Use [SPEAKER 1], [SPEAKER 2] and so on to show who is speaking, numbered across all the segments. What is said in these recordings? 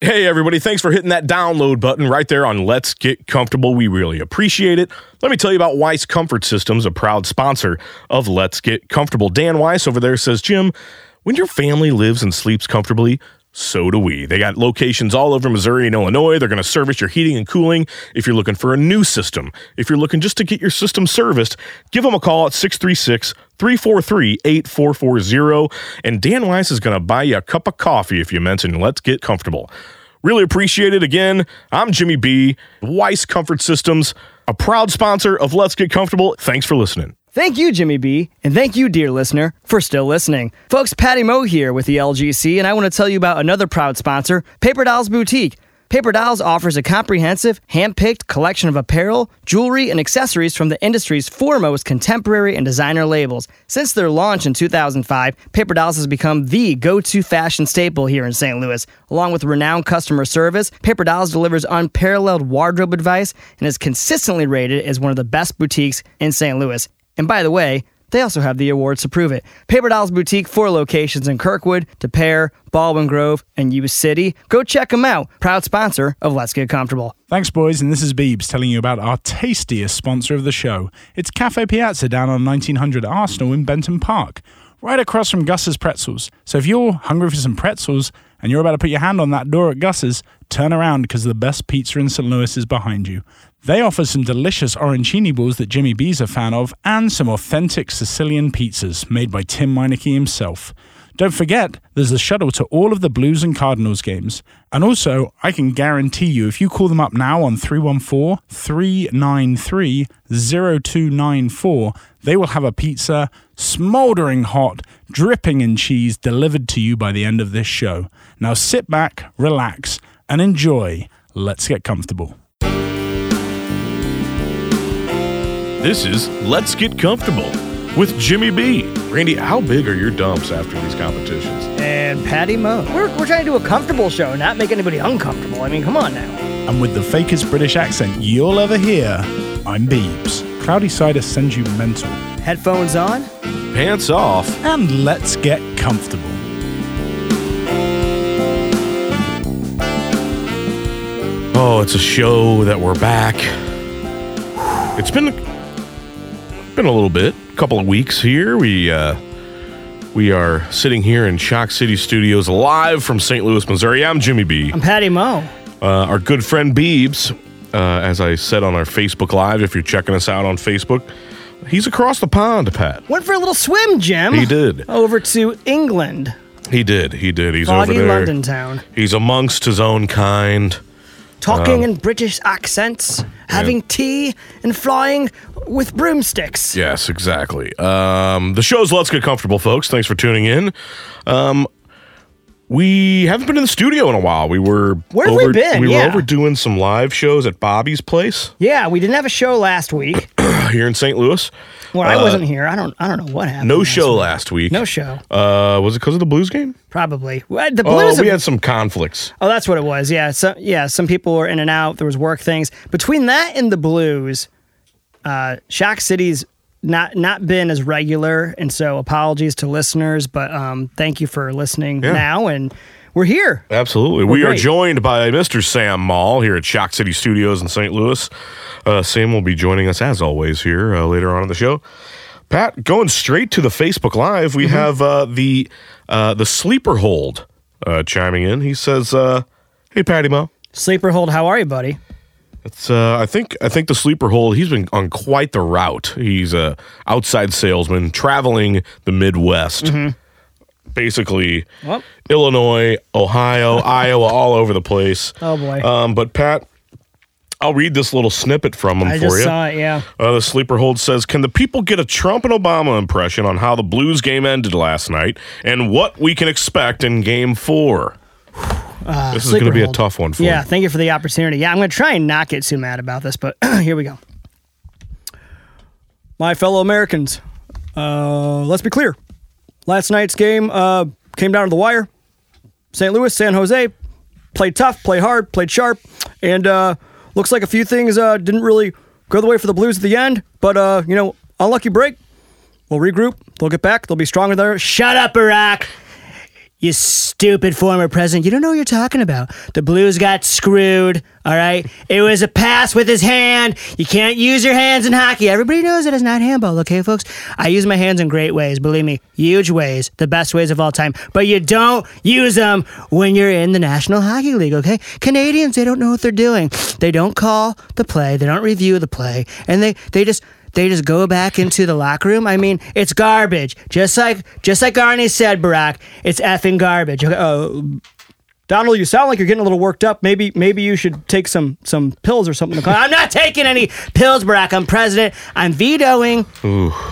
[SPEAKER 1] Hey, everybody, thanks for hitting that download button right there on Let's Get Comfortable. We really appreciate it. Let me tell you about Weiss Comfort Systems, a proud sponsor of Let's Get Comfortable. Dan Weiss over there says, Jim, when your family lives and sleeps comfortably, so do we. They got locations all over Missouri and Illinois. They're going to service your heating and cooling if you're looking for a new system. If you're looking just to get your system serviced, give them a call at 636 343 8440. And Dan Weiss is going to buy you a cup of coffee if you mention Let's Get Comfortable. Really appreciate it. Again, I'm Jimmy B. Weiss Comfort Systems, a proud sponsor of Let's Get Comfortable. Thanks for listening.
[SPEAKER 2] Thank you, Jimmy B, and thank you, dear listener, for still listening. Folks, Patty Moe here with the LGC, and I want to tell you about another proud sponsor, Paper Dolls Boutique. Paper Dolls offers a comprehensive, hand-picked collection of apparel, jewelry, and accessories from the industry's foremost contemporary and designer labels. Since their launch in 2005, Paper Dolls has become the go-to fashion staple here in St. Louis. Along with renowned customer service, Paper Dolls delivers unparalleled wardrobe advice and is consistently rated as one of the best boutiques in St. Louis. And by the way, they also have the awards to prove it. Paper Dolls Boutique, four locations in Kirkwood, DePere, Baldwin Grove, and U City. Go check them out. Proud sponsor of Let's Get Comfortable.
[SPEAKER 3] Thanks, boys, and this is Beebs telling you about our tastiest sponsor of the show. It's Cafe Piazza down on 1900 Arsenal in Benton Park, right across from Gus's Pretzels. So if you're hungry for some pretzels and you're about to put your hand on that door at Gus's, turn around because the best pizza in St. Louis is behind you. They offer some delicious arancini balls that Jimmy B's a fan of and some authentic Sicilian pizzas made by Tim Meineke himself. Don't forget, there's a shuttle to all of the Blues and Cardinals games. And also, I can guarantee you, if you call them up now on 314 393 0294, they will have a pizza smoldering hot, dripping in cheese, delivered to you by the end of this show. Now sit back, relax, and enjoy. Let's get comfortable.
[SPEAKER 1] This is Let's Get Comfortable with Jimmy B. Randy, how big are your dumps after these competitions?
[SPEAKER 2] And Patty Moe. We're, we're trying to do a comfortable show, not make anybody uncomfortable. I mean, come on now.
[SPEAKER 3] And with the fakest British accent you'll ever hear, I'm Beebs. Cloudy Cider sends you mental.
[SPEAKER 2] Headphones on?
[SPEAKER 1] Pants off.
[SPEAKER 3] And let's get comfortable.
[SPEAKER 1] Oh, it's a show that we're back. It's been been a little bit, couple of weeks here. We uh, we are sitting here in Shock City Studios, live from St. Louis, Missouri. I'm Jimmy B.
[SPEAKER 2] I'm Patty Moe.
[SPEAKER 1] Uh, our good friend Beebs, uh, as I said on our Facebook Live, if you're checking us out on Facebook, he's across the pond, Pat.
[SPEAKER 2] Went for a little swim, Jim.
[SPEAKER 1] He did.
[SPEAKER 2] Over to England,
[SPEAKER 1] He did. He did. He's
[SPEAKER 2] foggy
[SPEAKER 1] over there.
[SPEAKER 2] London town.
[SPEAKER 1] He's amongst his own kind.
[SPEAKER 2] talking
[SPEAKER 1] Um,
[SPEAKER 2] in British accents, having tea, and flying with broomsticks.
[SPEAKER 1] Yes, exactly. Um, the show's Let's Get Comfortable, folks. Thanks for tuning in. Um, we haven't been in the studio in a while. We were
[SPEAKER 2] Where have we
[SPEAKER 1] over-
[SPEAKER 2] been?
[SPEAKER 1] We
[SPEAKER 2] Yeah.
[SPEAKER 1] were over doing some live shows at Bobby's place
[SPEAKER 2] Yeah, we didn't have a show last week.
[SPEAKER 1] here in St. Louis.
[SPEAKER 2] Well, I
[SPEAKER 1] Uh,
[SPEAKER 2] wasn't here. I don't. I don't know what happened.
[SPEAKER 1] No
[SPEAKER 2] last
[SPEAKER 1] show
[SPEAKER 2] week.
[SPEAKER 1] last week.
[SPEAKER 2] No show.
[SPEAKER 1] Uh, was it because of the Blues game?
[SPEAKER 2] Probably. Well, The
[SPEAKER 1] Oh,
[SPEAKER 2] Blues.
[SPEAKER 1] we
[SPEAKER 2] have-
[SPEAKER 1] had some conflicts.
[SPEAKER 2] oh, that's what it was. Yeah. So yeah, some people were in and out. There was work things between that and the Blues. Uh, Shock City's not not been as regular, and so apologies to listeners, but um, thank you for listening now, and we're here.
[SPEAKER 1] Absolutely. we are
[SPEAKER 2] great.
[SPEAKER 1] joined by Mr. Sam Mall here at Shock City Studios in St. Louis. Uh, Sam will be joining us as always here uh, later on in the show. Pat, going straight to the Facebook Live, we have uh, the uh, the sleeper hold uh, chiming in. He says, uh, "Hey, Patty Mo,
[SPEAKER 2] Sleeper hold. How are you, buddy?
[SPEAKER 1] it's uh, I think I think the sleeper hold. He's been on quite the route. He's a outside salesman traveling the Midwest, basically
[SPEAKER 2] Well,
[SPEAKER 1] Illinois, Ohio, Iowa, all over the place.
[SPEAKER 2] Oh, boy.
[SPEAKER 1] Um, but Pat, I'll read this little snippet from him
[SPEAKER 2] I
[SPEAKER 1] for
[SPEAKER 2] just
[SPEAKER 1] you.
[SPEAKER 2] saw it. Yeah.
[SPEAKER 1] Uh, the sleeper hold says, "Can the people get a Trump and Obama impression on how the Blues game ended last night and what we can expect in Game Four? this is going to be a
[SPEAKER 2] Uh, Sleeper hold.
[SPEAKER 1] tough one for
[SPEAKER 2] Yeah,
[SPEAKER 1] you.
[SPEAKER 2] thank you for the opportunity. Yeah, I'm going to try and not get too mad about this, but here we go. My fellow Americans, uh, let's be clear. Last night's game uh, came down to the wire. St. Louis, San Jose played tough, played hard, played sharp, and uh, looks like a few things uh, didn't really go the way for the Blues at the end. But uh, you know, unlucky break. We'll regroup. They'll get back. They'll be stronger there. Shut up, Iraq.
[SPEAKER 4] You stupid former president. You don't know what you're talking about. The Blues got screwed, all right? It was a pass with his hand. You can't use your hands in hockey. Everybody knows that it's not handball, okay, folks? I use my hands in great ways, believe me, huge ways, the best ways of all time. But you don't use them when you're in the National Hockey League, okay? Canadians, they don't know what they're doing. They don't call the play, they don't review the play, and they, they just they just go back into the locker room. I mean, it's garbage. Just like just like Arnie said, Barack, it's effing garbage. Okay, Oh,
[SPEAKER 2] Donald, you sound like you're getting a little worked up. Maybe maybe you should take some some pills or something. To
[SPEAKER 4] I'm not taking any pills, Barack. I'm president. I'm vetoing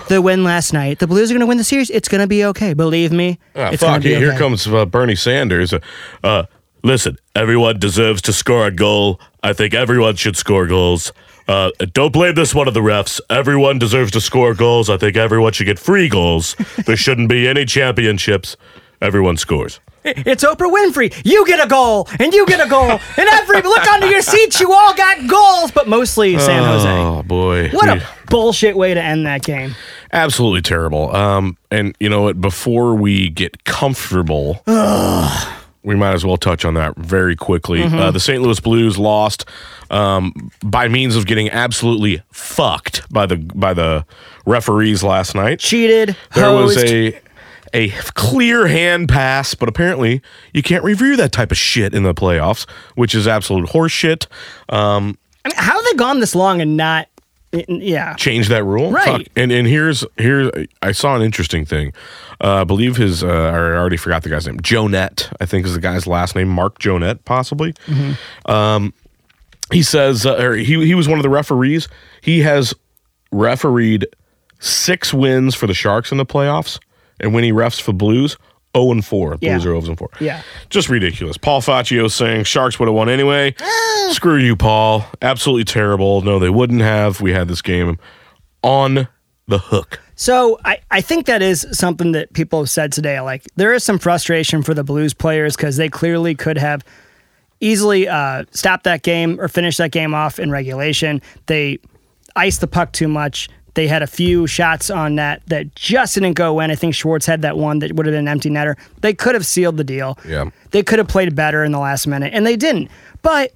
[SPEAKER 4] the win last night. The Blues are going to win the series. It's going to be okay. Believe me.
[SPEAKER 1] Ah,
[SPEAKER 4] it's gonna
[SPEAKER 1] fuck
[SPEAKER 4] be
[SPEAKER 1] it. Here
[SPEAKER 4] okay.
[SPEAKER 1] comes uh, Bernie Sanders. Uh, uh, listen, everyone deserves to score a goal. I think everyone should score goals. Uh, don't blame this one of the refs. Everyone deserves to score goals. I think everyone should get free goals. there shouldn't be any championships. Everyone scores.
[SPEAKER 2] It's Oprah Winfrey. You get a goal, and you get a goal, and every look under your seats, you all got goals, but mostly San Jose.
[SPEAKER 1] Oh boy!
[SPEAKER 2] What
[SPEAKER 1] We-
[SPEAKER 2] a bullshit way to end that game.
[SPEAKER 1] absolutely terrible. Um, and you know what? Before we get comfortable, we might as well touch on that very quickly. Uh, the St. Louis Blues lost um, by means of getting absolutely fucked by the by the referees last night.
[SPEAKER 2] Cheated.
[SPEAKER 1] There was
[SPEAKER 2] hosed.
[SPEAKER 1] a a clear hand pass, but apparently you can't review that type of shit in the playoffs, which is absolute horseshit. Um,
[SPEAKER 2] I mean, how have they gone this long and not? Yeah.
[SPEAKER 1] change that rule.
[SPEAKER 2] Right.
[SPEAKER 1] Fuck. And and here's here I saw an interesting thing. Uh, I believe his uh, I already forgot the guy's name. Jonette, I think is the guy's last name. Mark Jonette, possibly.
[SPEAKER 2] Mm-hmm.
[SPEAKER 1] Um, he says uh, or he he was one of the referees. He has refereed six wins for the Sharks in the playoffs, and when he refs for Blues. 0 and 4.
[SPEAKER 2] Yeah.
[SPEAKER 1] Blues are 0 and 4.
[SPEAKER 2] Yeah.
[SPEAKER 1] Just ridiculous. Paul Faccio saying Sharks would have won anyway.
[SPEAKER 2] Oh.
[SPEAKER 1] Screw you, Paul. Absolutely terrible. No, they wouldn't have. We had this game on the hook.
[SPEAKER 2] So I, I think that is something that people have said today. Like there is some frustration for the Blues players because they clearly could have easily uh, stopped that game or finished that game off in regulation. They iced the puck too much. They had a few shots on that that just didn't go in. I think Schwartz had that one that would have been an empty netter. They could have sealed the deal.
[SPEAKER 1] Yeah.
[SPEAKER 2] They could have played better in the last minute, and they didn't. But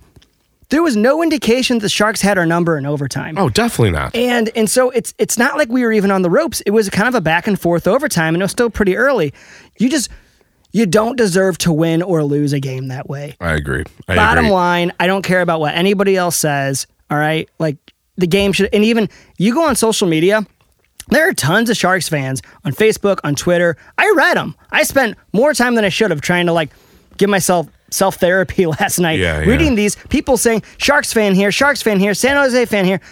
[SPEAKER 2] there was no indication the Sharks had our number in overtime.
[SPEAKER 1] Oh, definitely not.
[SPEAKER 2] And and so it's it's not like we were even on the ropes. It was kind of a back and forth overtime, and it was still pretty early. You just you don't deserve to win or lose a game that way.
[SPEAKER 1] I agree. I
[SPEAKER 2] Bottom
[SPEAKER 1] agree.
[SPEAKER 2] line, I don't care about what anybody else says. All right, like the game should, and even you go on social media. There are tons of Sharks fans on Facebook, on Twitter. I read them. I spent more time than I should have trying to like give myself self therapy last night.
[SPEAKER 1] Yeah, yeah.
[SPEAKER 2] reading these people saying Sharks fan here, Sharks fan here, San Jose fan here.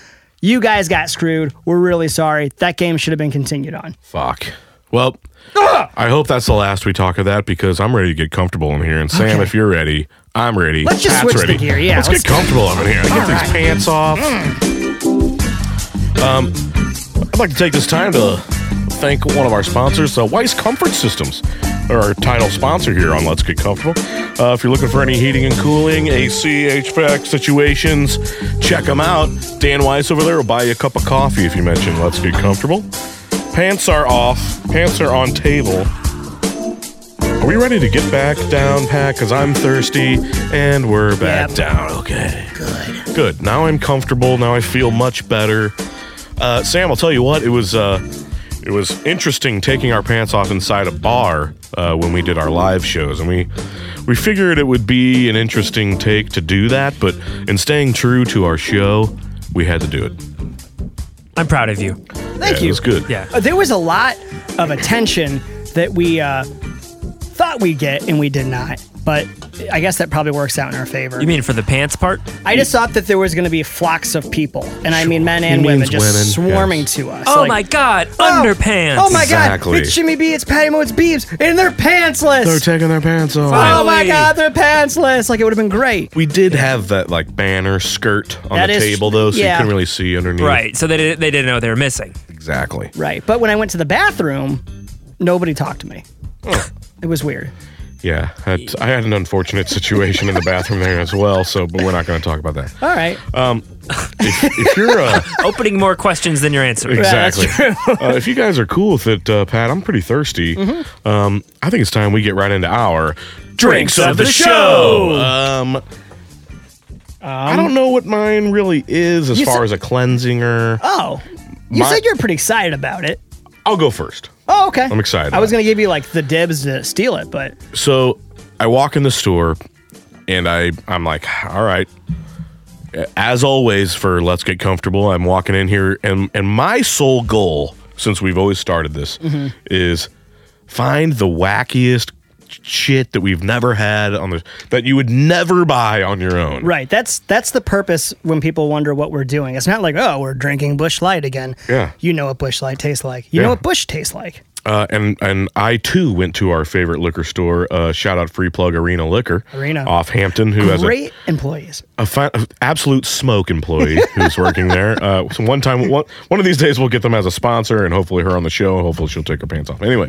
[SPEAKER 2] You guys got screwed. We're really sorry. That game should have been continued on.
[SPEAKER 1] Fuck. Well,
[SPEAKER 2] Ah!
[SPEAKER 1] I hope that's the last we talk of that because I'm ready to get comfortable in here. And Sam, if you're ready, I'm ready.
[SPEAKER 2] Let's just
[SPEAKER 1] Pat's
[SPEAKER 2] switch the
[SPEAKER 1] ready.
[SPEAKER 2] gear, yeah,
[SPEAKER 1] Let's,
[SPEAKER 2] let's-
[SPEAKER 1] get comfortable up in here. Get these pants off.
[SPEAKER 2] Mm.
[SPEAKER 1] Um, I'd like to take this time to thank one of our sponsors, uh, Weiss Comfort Systems, our title sponsor here on Let's Get Comfortable. Uh, if you're looking for any heating and cooling, AC, HVAC situations, check them out. Dan Weiss over there will buy you a cup of coffee if you mention Let's Get Comfortable. Pants are off. Pants are on table. Are we ready to get back down, Pat? Because I'm thirsty and we're back
[SPEAKER 2] Yep.
[SPEAKER 1] down. Okay. Good. Good. Now I'm comfortable. Now I feel much better. Uh, Sam, I'll tell you what, it was. Uh, it was interesting taking our pants off inside a bar uh, when we did our live shows, and we we figured it would be an interesting take to do that. But in staying true to our show, we had to do it.
[SPEAKER 5] I'm proud of you.
[SPEAKER 2] Thank
[SPEAKER 1] Yeah,
[SPEAKER 2] you.
[SPEAKER 1] It was good.
[SPEAKER 5] Yeah.
[SPEAKER 2] Uh, There was a lot of attention that we uh, thought we get and we did not. But I guess that probably works out in our favor.
[SPEAKER 5] You mean for the pants part?
[SPEAKER 2] I just thought that there was going to be flocks of people, and I mean men and
[SPEAKER 1] He
[SPEAKER 2] women,
[SPEAKER 1] means
[SPEAKER 2] just
[SPEAKER 1] women,
[SPEAKER 2] swarming
[SPEAKER 1] yes.
[SPEAKER 2] to us.
[SPEAKER 5] Oh
[SPEAKER 2] like,
[SPEAKER 5] my god,
[SPEAKER 2] "Oh,
[SPEAKER 5] underpants.
[SPEAKER 2] Oh my
[SPEAKER 1] Exactly.
[SPEAKER 2] god! It's Jimmy B. It's Patty Mo. It's Beebs, and they're pantsless.
[SPEAKER 1] They're taking their pants off.
[SPEAKER 2] oh my
[SPEAKER 5] Finally.
[SPEAKER 2] god! They're pantsless. Like it would have been great.
[SPEAKER 1] We did have that like banner skirt on
[SPEAKER 2] That
[SPEAKER 1] the
[SPEAKER 2] is-
[SPEAKER 1] table though, so
[SPEAKER 2] yeah.
[SPEAKER 1] you couldn't really see underneath.
[SPEAKER 5] Right, so they, did, they didn't know they were missing.
[SPEAKER 1] Exactly.
[SPEAKER 2] Right. But when I went to the bathroom, nobody talked to me. it was weird.
[SPEAKER 1] Yeah, that's- I had an unfortunate situation in the bathroom there as well. So, but we're not going to talk about that.
[SPEAKER 2] All right.
[SPEAKER 1] Uh, If, if you're uh,
[SPEAKER 5] Opening more questions than your answers.
[SPEAKER 1] exactly, uh, if you guys are cool with it, uh, Pat, I'm pretty thirsty. Um, I think it's time we get right into our drinks of the show. Um, I don't know what mine really is as
[SPEAKER 2] You
[SPEAKER 1] far
[SPEAKER 2] said-
[SPEAKER 1] as a cleansinger.
[SPEAKER 2] Oh, you
[SPEAKER 1] My-
[SPEAKER 2] said you're pretty excited about it.
[SPEAKER 1] I'll go first.
[SPEAKER 2] Oh, okay.
[SPEAKER 1] I'm excited
[SPEAKER 2] I was
[SPEAKER 1] about
[SPEAKER 2] gonna give you like the dibs to steal it, but
[SPEAKER 1] So I walk in the store and I, I'm like, all right. As always, for Let's Get Comfortable, I'm walking in here and, and my sole goal, since we've always started this,
[SPEAKER 2] Mm-hmm.
[SPEAKER 1] is find the wackiest shit that we've never had on the that you would never buy on your own.
[SPEAKER 2] right. That's that's the purpose when people wonder what we're doing. It's not like oh we're drinking Bush Light again.
[SPEAKER 1] Yeah.
[SPEAKER 2] You know what Bush Light tastes like. You
[SPEAKER 1] Yeah.
[SPEAKER 2] know what Bush tastes like.
[SPEAKER 1] Uh, and and I too went to our favorite liquor store. Uh, shout out Free Plug Arena Liquor,
[SPEAKER 2] Arena.
[SPEAKER 1] off Hampton, who has a
[SPEAKER 2] Great employees.
[SPEAKER 1] a fi- a absolute smoke employee who's working there. Uh, so one time, one, one of these days, we'll get them as a sponsor, and hopefully, her on the show. Hopefully, she'll take her pants off. Anyway,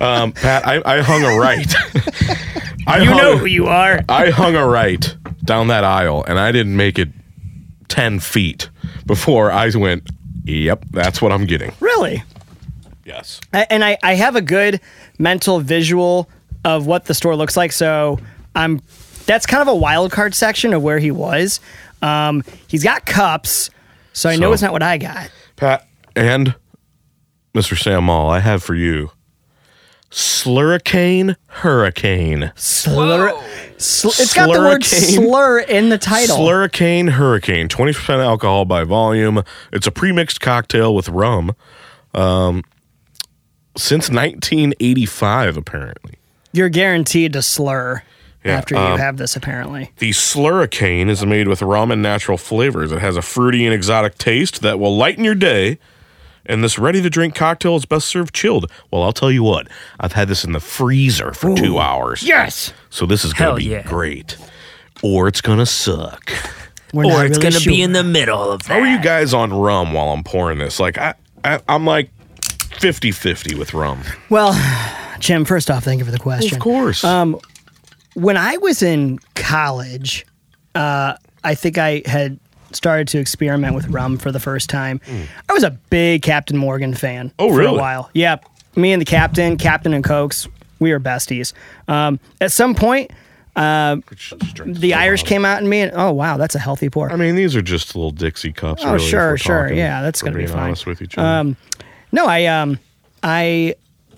[SPEAKER 1] um, Pat, I, I hung a right. I
[SPEAKER 2] You
[SPEAKER 1] hung,
[SPEAKER 2] know who you are.
[SPEAKER 1] I hung a right down that aisle, and I didn't make it ten feet before I went. Yep, that's what I'm getting.
[SPEAKER 2] Really.
[SPEAKER 1] Yes.
[SPEAKER 2] A- and I, I have a good mental visual of what the store looks like. So I'm that's kind of a wild card section of where he was. Um, he's got cups, so I know
[SPEAKER 1] So-
[SPEAKER 2] it's not what I got.
[SPEAKER 1] Pat and Mr. Sam Mall, I have for you Slurricane Hurricane.
[SPEAKER 2] Slur, sl- it's got the word
[SPEAKER 1] Slurricane.
[SPEAKER 2] slur in the title.
[SPEAKER 1] Slurricane Hurricane, 20% alcohol by volume. It's a premixed cocktail with rum um, since 1985, apparently.
[SPEAKER 2] You're guaranteed to slur
[SPEAKER 1] Yeah,
[SPEAKER 2] after you
[SPEAKER 1] um,
[SPEAKER 2] have this, apparently.
[SPEAKER 1] The Slurricane is made with rum and natural flavors. It has a fruity and exotic taste that will lighten your day. And this ready to drink cocktail is best served chilled. Well, I'll tell you what, I've had this in the freezer for two hours.
[SPEAKER 2] Yes,
[SPEAKER 1] So this is going
[SPEAKER 5] Hell
[SPEAKER 1] to be
[SPEAKER 5] yeah.
[SPEAKER 1] great. Or it's going to suck.
[SPEAKER 2] We're
[SPEAKER 5] Or
[SPEAKER 2] not
[SPEAKER 5] it's
[SPEAKER 2] really
[SPEAKER 5] going to be
[SPEAKER 2] sure.
[SPEAKER 5] in the middle of that.
[SPEAKER 1] How are you guys on rum while I'm pouring this? Like, I, I, I'm like 50 50 with rum.
[SPEAKER 2] Well, Jim. First off, thank you for the question.
[SPEAKER 1] Of course.
[SPEAKER 2] Um, when I was in college, uh, I think I had started to experiment with rum for the first time. I was a big Captain Morgan fan.
[SPEAKER 1] Oh,
[SPEAKER 2] For
[SPEAKER 1] really?
[SPEAKER 2] a while. Yep. Me and the captain, Captain and Cokes, we were besties. Um, at some point, the Irish came out in me, and oh wow, that's a healthy pour.
[SPEAKER 1] I mean, these are just little Dixie cups. really, if
[SPEAKER 2] Oh, sure,
[SPEAKER 1] we're
[SPEAKER 2] sure.
[SPEAKER 1] talking,
[SPEAKER 2] Yeah, that's
[SPEAKER 1] if we're
[SPEAKER 2] gonna be
[SPEAKER 1] being
[SPEAKER 2] fine.
[SPEAKER 1] honest with each other.
[SPEAKER 2] No, I um I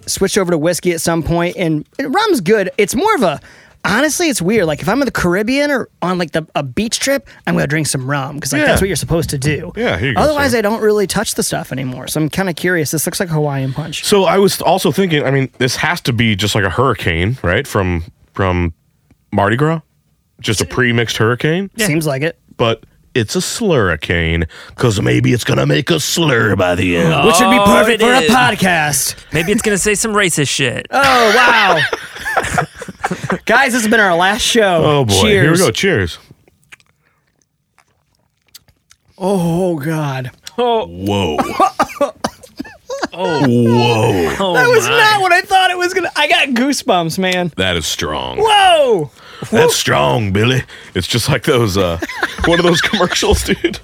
[SPEAKER 2] switched over to whiskey at some point and, and rum's good. It's more of a honestly, it's weird. Like if I'm in the Caribbean or on like the a beach trip, I'm gonna drink some rum because like
[SPEAKER 1] Yeah.
[SPEAKER 2] that's what you're supposed to do.
[SPEAKER 1] Yeah, here you go,
[SPEAKER 2] Otherwise
[SPEAKER 1] Sam.
[SPEAKER 2] I don't really touch the stuff anymore. So I'm kinda curious. This looks like Hawaiian punch.
[SPEAKER 1] so I was also thinking, I mean, this has to be just like a hurricane, right? From from Mardi Gras? Just a pre mixed hurricane?
[SPEAKER 2] Seems like it.
[SPEAKER 1] But it's a slurricane because maybe it's going to make a slur by the end.
[SPEAKER 2] Which would be
[SPEAKER 5] Oh,
[SPEAKER 2] perfect
[SPEAKER 5] it
[SPEAKER 2] for
[SPEAKER 5] is.
[SPEAKER 2] a podcast.
[SPEAKER 5] Maybe it's going to say some racist shit.
[SPEAKER 1] Uh,
[SPEAKER 2] Oh wow. Guys, this has been our last show.
[SPEAKER 1] Oh, boy.
[SPEAKER 2] Cheers.
[SPEAKER 1] Here we go. Cheers.
[SPEAKER 2] Oh god.
[SPEAKER 1] Whoa. oh. Whoa.
[SPEAKER 5] Oh
[SPEAKER 2] That was
[SPEAKER 5] my.
[SPEAKER 2] not what I thought it was gonna I got goosebumps, man.
[SPEAKER 1] That is strong.
[SPEAKER 2] Whoa!
[SPEAKER 1] That's strong, Billy. It's just like those uh one of those commercials, dude.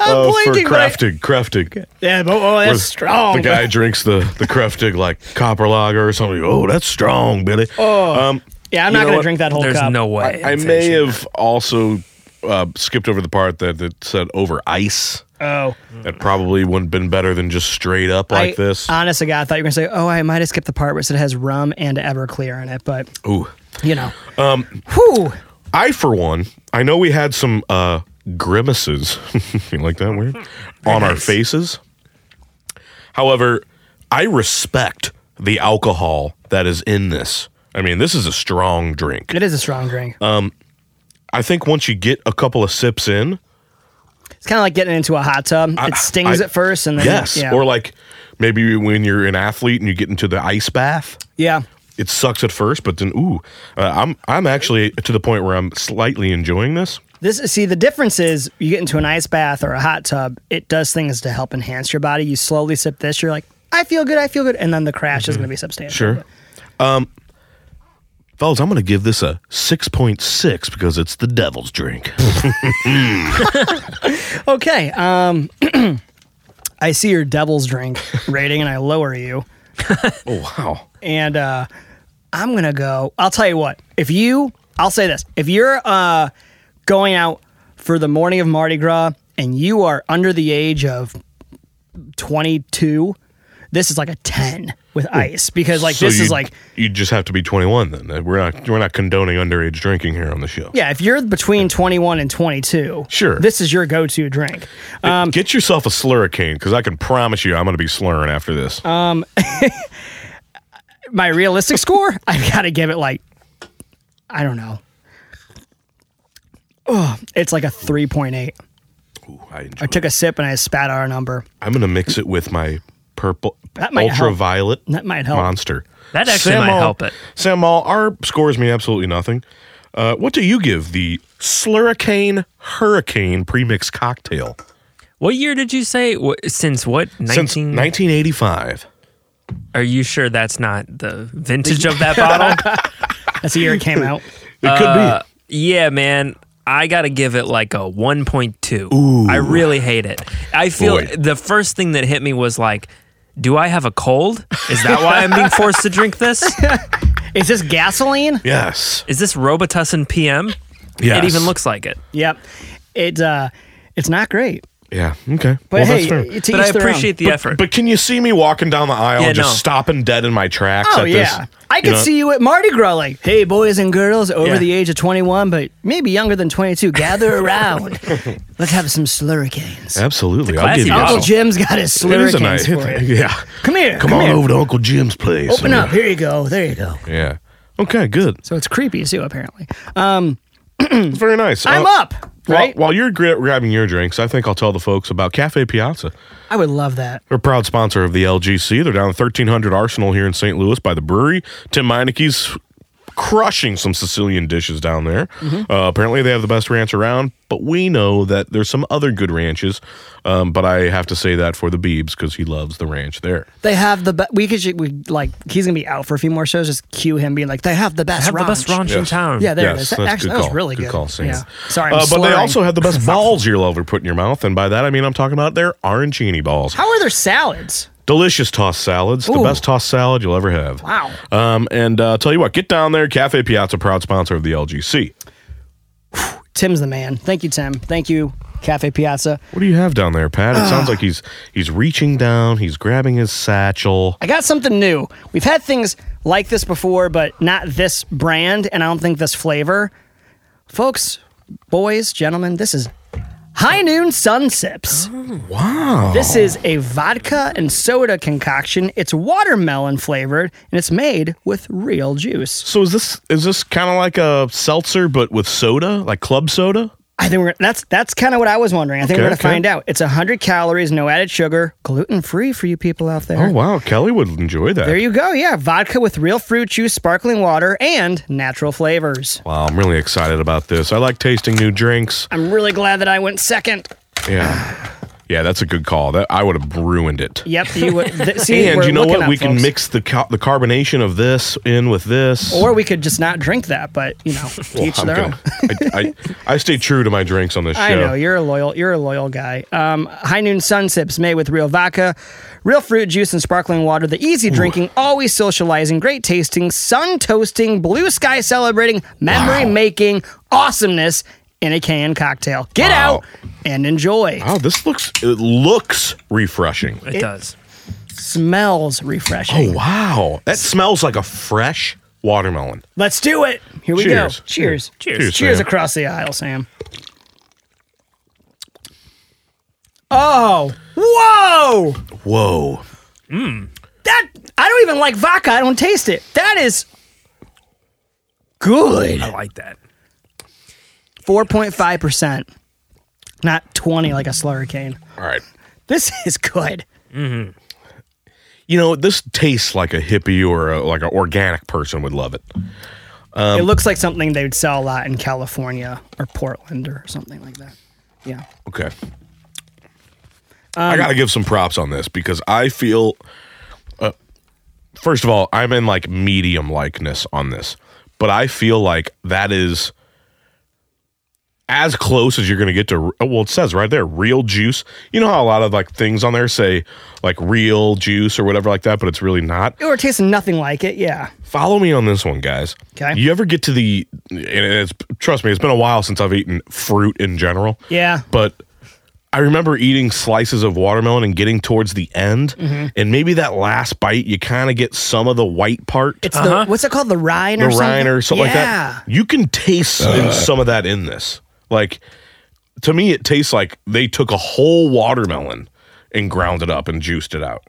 [SPEAKER 1] uh,
[SPEAKER 2] pointing,
[SPEAKER 1] for
[SPEAKER 2] but I-
[SPEAKER 1] Craftig, Craftig.
[SPEAKER 2] Yeah, but oh, that's
[SPEAKER 1] Where
[SPEAKER 2] strong.
[SPEAKER 1] The guy drinks the the Craftig like copper lager or something. Oh, that's strong, Billy. Oh. Um
[SPEAKER 2] yeah,
[SPEAKER 1] You
[SPEAKER 2] I'm not
[SPEAKER 1] know
[SPEAKER 2] gonna
[SPEAKER 1] what?
[SPEAKER 2] drink that whole
[SPEAKER 5] There's
[SPEAKER 2] cup.
[SPEAKER 5] no way.
[SPEAKER 1] I
[SPEAKER 5] it's
[SPEAKER 1] may
[SPEAKER 5] actually-
[SPEAKER 1] have also uh, skipped over the part that, that said over ice.
[SPEAKER 2] Oh,
[SPEAKER 1] That probably wouldn't been better than just straight up like
[SPEAKER 2] I, uh,
[SPEAKER 1] this.
[SPEAKER 2] Honest to God, I thought you were gonna say, "Oh, I might have skipped the part where it said it has rum and Everclear in it," but
[SPEAKER 1] Ooh.
[SPEAKER 2] you know, um, whew,
[SPEAKER 1] I, for one, I know we had some uh, grimaces, you like that word, on our faces. However, I respect the alcohol that is in this. I mean, this is a strong drink.
[SPEAKER 2] it is a strong drink.
[SPEAKER 1] uh, I think once you get a couple of sips in,
[SPEAKER 2] it's kind of like getting into a hot tub. it stings
[SPEAKER 1] I-
[SPEAKER 2] at first, and then
[SPEAKER 1] yes,
[SPEAKER 2] yeah,
[SPEAKER 1] or like maybe when you're an athlete and you get into the ice bath,
[SPEAKER 2] yeah.
[SPEAKER 1] it sucks at first, but then ooh, uh, I'm I'm actually to the point where I'm slightly enjoying this.
[SPEAKER 2] This see the difference is you get into an ice bath or a hot tub. It does things to help enhance your body. You slowly sip this, you're
[SPEAKER 1] Mm-hmm.
[SPEAKER 2] like, "I feel good, I feel good," and then the crash is gonna be substantial.
[SPEAKER 1] Sure. Um, Fellas, I'm going to give this a 6.6 because it's the devil's drink.
[SPEAKER 2] Okay. Um, I see your devil's drink rating, and I lower you.
[SPEAKER 1] oh, wow.
[SPEAKER 2] And uh, I'm gonna go. I'll tell you what. If you, I'll say this. If you're uh, going out for the morning of Mardi Gras and you are under the age of 22, this is like a 10 with ice because like
[SPEAKER 1] So
[SPEAKER 2] this
[SPEAKER 1] you-
[SPEAKER 2] is like
[SPEAKER 1] you just have to be 21 then. We're not we're not condoning underage drinking here on the show.
[SPEAKER 2] yeah. If you're between 21 and 22,
[SPEAKER 1] Sure.
[SPEAKER 2] this is your go-to drink. Um,
[SPEAKER 1] Get yourself a slurricane because I can promise you I'm going to be slurring after this.
[SPEAKER 2] Uh, my realistic score, I've got to give it like, I don't know. Oh, it's like a 3.8.
[SPEAKER 1] Ooh, I enjoy
[SPEAKER 2] I took a sip and I spat out a number.
[SPEAKER 1] I'm going to mix it with my purple
[SPEAKER 2] That might help.
[SPEAKER 1] ultraviolet
[SPEAKER 2] That might help.
[SPEAKER 1] monster.
[SPEAKER 5] That actually might
[SPEAKER 1] Samal-
[SPEAKER 5] help it.
[SPEAKER 1] Samal, our scores me absolutely nothing. Uh, what do you give the Slurricane Hurricane premix cocktail
[SPEAKER 5] What year did you say? Wh- Since what?
[SPEAKER 1] since
[SPEAKER 5] 19?
[SPEAKER 1] 1985?
[SPEAKER 5] Are you sure that's not the vintage of that bottle?
[SPEAKER 2] That's the year it came out.
[SPEAKER 1] It
[SPEAKER 2] Uh,
[SPEAKER 1] could be.
[SPEAKER 5] yeah, man. I got to give it like a 1.2. Ooh. I really hate it. I feel
[SPEAKER 1] Boy.
[SPEAKER 5] the first thing that hit me was like, do I have a cold? Is that why I'm being forced to drink this?
[SPEAKER 2] Is this gasoline?
[SPEAKER 1] Yes.
[SPEAKER 5] Is this Robitussin PM?
[SPEAKER 1] Yes.
[SPEAKER 5] It even looks like it.
[SPEAKER 2] Yep. It, uh, it's not great.
[SPEAKER 1] Yeah. Okay.
[SPEAKER 2] But
[SPEAKER 1] well,
[SPEAKER 2] hey,
[SPEAKER 1] that's fair.
[SPEAKER 2] to
[SPEAKER 5] But
[SPEAKER 2] each
[SPEAKER 5] I
[SPEAKER 2] their own.
[SPEAKER 5] appreciate the effort.
[SPEAKER 1] But can you see me walking down the aisle,
[SPEAKER 5] Yeah,
[SPEAKER 1] just
[SPEAKER 5] no.
[SPEAKER 1] stopping dead in my tracks?
[SPEAKER 2] Oh
[SPEAKER 1] at
[SPEAKER 2] yeah,
[SPEAKER 1] this,
[SPEAKER 2] I
[SPEAKER 1] you
[SPEAKER 2] could
[SPEAKER 1] know?
[SPEAKER 2] see you at Mardi Gras. Like, hey, boys and girls over
[SPEAKER 5] Yeah.
[SPEAKER 2] the age of twenty-one, but maybe younger than twenty-two, gather around. Let's have some slurricanes.
[SPEAKER 1] Absolutely. I'll give you
[SPEAKER 5] classy bottle.
[SPEAKER 2] Uncle
[SPEAKER 1] this.
[SPEAKER 2] Jim's got his
[SPEAKER 1] It is a
[SPEAKER 2] slurricanes
[SPEAKER 1] nice.
[SPEAKER 2] for you.
[SPEAKER 1] Yeah.
[SPEAKER 2] Come here.
[SPEAKER 1] Come, on
[SPEAKER 2] here.
[SPEAKER 1] over to Uncle Jim's place.
[SPEAKER 2] Open
[SPEAKER 1] and-
[SPEAKER 2] up. Here you go. There you go.
[SPEAKER 1] Yeah. Okay. Good.
[SPEAKER 2] So it's creepy too, apparently.
[SPEAKER 1] It's very nice.
[SPEAKER 2] Hmm. I'm
[SPEAKER 1] Uh,
[SPEAKER 2] up, right?
[SPEAKER 1] While, while you're gra- grabbing your drinks, I think I'll tell the folks about Cafe Piazza.
[SPEAKER 2] I would love that.
[SPEAKER 1] They're a proud sponsor of the LGC. They're down at 1300 Arsenal here in St. Louis by the brewery. Tim Meineke's crushing some Sicilian dishes down there.
[SPEAKER 2] Mm-hmm.
[SPEAKER 1] Uh, apparently, they have the best ranch around, but we know that there's some other good ranches. Um, but I have to say that for the Beebs because he loves the ranch there.
[SPEAKER 2] They have the best. We could ju- we like he's gonna be out for a few more shows. Just cue him being like, they have the best.
[SPEAKER 5] I have the best
[SPEAKER 2] ranch."
[SPEAKER 5] ranch in
[SPEAKER 1] Yes.
[SPEAKER 5] town.
[SPEAKER 2] Yeah, there
[SPEAKER 1] Yes,
[SPEAKER 2] it is.
[SPEAKER 1] that's
[SPEAKER 2] Actually,
[SPEAKER 1] good
[SPEAKER 2] that was
[SPEAKER 1] call.
[SPEAKER 2] really
[SPEAKER 1] Good
[SPEAKER 2] good.
[SPEAKER 1] call, Sam.
[SPEAKER 2] yeah. Sorry, I'm
[SPEAKER 1] Uh, but
[SPEAKER 2] slurring.
[SPEAKER 1] they also have the best balls you'll ever put in your mouth, and by that I mean I'm talking about their arancini balls.
[SPEAKER 2] How are their salads?
[SPEAKER 1] Delicious tossed salads, the
[SPEAKER 2] Ooh.
[SPEAKER 1] best tossed salad you'll ever have.
[SPEAKER 2] Wow.
[SPEAKER 1] Um, and uh, tell you what, get down there. Cafe Piazza, proud sponsor of the LGC.
[SPEAKER 2] Tim's the man. Thank you, Tim. Thank you, Cafe Piazza.
[SPEAKER 1] What do you have down there, Pat? It sounds like he's he's reaching down. He's grabbing his satchel.
[SPEAKER 2] I got something new. We've had things like this before, but not this brand, and I don't think this flavor. Folks, boys, gentlemen, this is High Noon Sun Sips.
[SPEAKER 1] Oh, Wow.
[SPEAKER 2] This is a vodka and soda concoction. It's watermelon flavored, and it's made with real juice.
[SPEAKER 1] So is this is this kind of like a seltzer but with soda, like club soda?
[SPEAKER 2] I think we're that's that's kind of what I was wondering. I think
[SPEAKER 1] Okay,
[SPEAKER 2] we're gonna
[SPEAKER 1] okay.
[SPEAKER 2] find out. It's 100 calories, no added sugar, gluten free for you people out there.
[SPEAKER 1] Oh wow, Kelly would enjoy that.
[SPEAKER 2] There you go. Yeah, vodka with real fruit juice, sparkling water, and natural flavors.
[SPEAKER 1] wow, I'm really excited about this. I like tasting new drinks.
[SPEAKER 2] I'm really glad that I went second.
[SPEAKER 1] Yeah. Yeah, that's a good call. That I would have ruined it.
[SPEAKER 2] Yep. You would, th- see,
[SPEAKER 1] And
[SPEAKER 2] we're
[SPEAKER 1] you know
[SPEAKER 2] looking
[SPEAKER 1] what?
[SPEAKER 2] up,
[SPEAKER 1] We can
[SPEAKER 2] folks.
[SPEAKER 1] mix the ca- the carbonation of this in with this.
[SPEAKER 2] or we could just not drink that. But you know,
[SPEAKER 1] Well,
[SPEAKER 2] each
[SPEAKER 1] I'm
[SPEAKER 2] their own.
[SPEAKER 1] gonna- I, I, I stay true to my drinks on this show.
[SPEAKER 2] I know you're a loyal you're a loyal guy. Um, High noon sun sips made with real vodka, real fruit juice, and sparkling water. The easy drinking, always socializing, great tasting, sun toasting, blue sky celebrating, memory making awesomeness in a can cocktail. Get
[SPEAKER 1] Wow.
[SPEAKER 2] out and enjoy.
[SPEAKER 1] Wow, Oh, this looks it looks refreshing.
[SPEAKER 5] It, does.
[SPEAKER 2] Smells
[SPEAKER 1] Oh,
[SPEAKER 2] refreshing.
[SPEAKER 1] Wow, that smells like a fresh watermelon.
[SPEAKER 2] Let's do it. Here we
[SPEAKER 1] Cheers.
[SPEAKER 2] go. Cheers.
[SPEAKER 5] Cheers.
[SPEAKER 1] Cheers,
[SPEAKER 2] Cheers
[SPEAKER 1] Sam.
[SPEAKER 2] across the aisle, Sam. Oh, whoa!
[SPEAKER 1] Whoa,
[SPEAKER 2] That I don't even like vodka. I don't taste it. That is good.
[SPEAKER 5] I like that.
[SPEAKER 2] Four point five percent, not twenty like a slurricane.
[SPEAKER 1] all right.
[SPEAKER 2] This is good.
[SPEAKER 1] You know this tastes like a hippie or a, like an organic person would love it.
[SPEAKER 2] it looks like something they would sell a lot in California or Portland or something like that. Yeah.
[SPEAKER 1] Okay,
[SPEAKER 2] Um,
[SPEAKER 1] I gotta give some props on this because I feel. Uh, first of all, I'm in like medium likeness on this, but I feel like that is as close as you're going to get to oh, well it says right there real juice you know how a lot of like things on there say like real juice or whatever like that but it's really not
[SPEAKER 2] Or it tastes nothing like it. Yeah.
[SPEAKER 1] follow me on this one guys
[SPEAKER 2] Okay.
[SPEAKER 1] you ever get to the and it's trust me it's been a while since i've eaten fruit in general
[SPEAKER 2] Yeah.
[SPEAKER 1] but I remember eating slices of watermelon and getting towards the end,
[SPEAKER 2] Mm-hmm.
[SPEAKER 1] and maybe that last bite, you kind of get some of the white part,
[SPEAKER 2] It's the what's it called? The rind
[SPEAKER 1] Uh-huh. the
[SPEAKER 2] or something.
[SPEAKER 1] rind or something like
[SPEAKER 2] yeah.
[SPEAKER 1] that. You can taste in some of that in this. Like to me, it tastes like they took a whole watermelon and ground it up and juiced it out.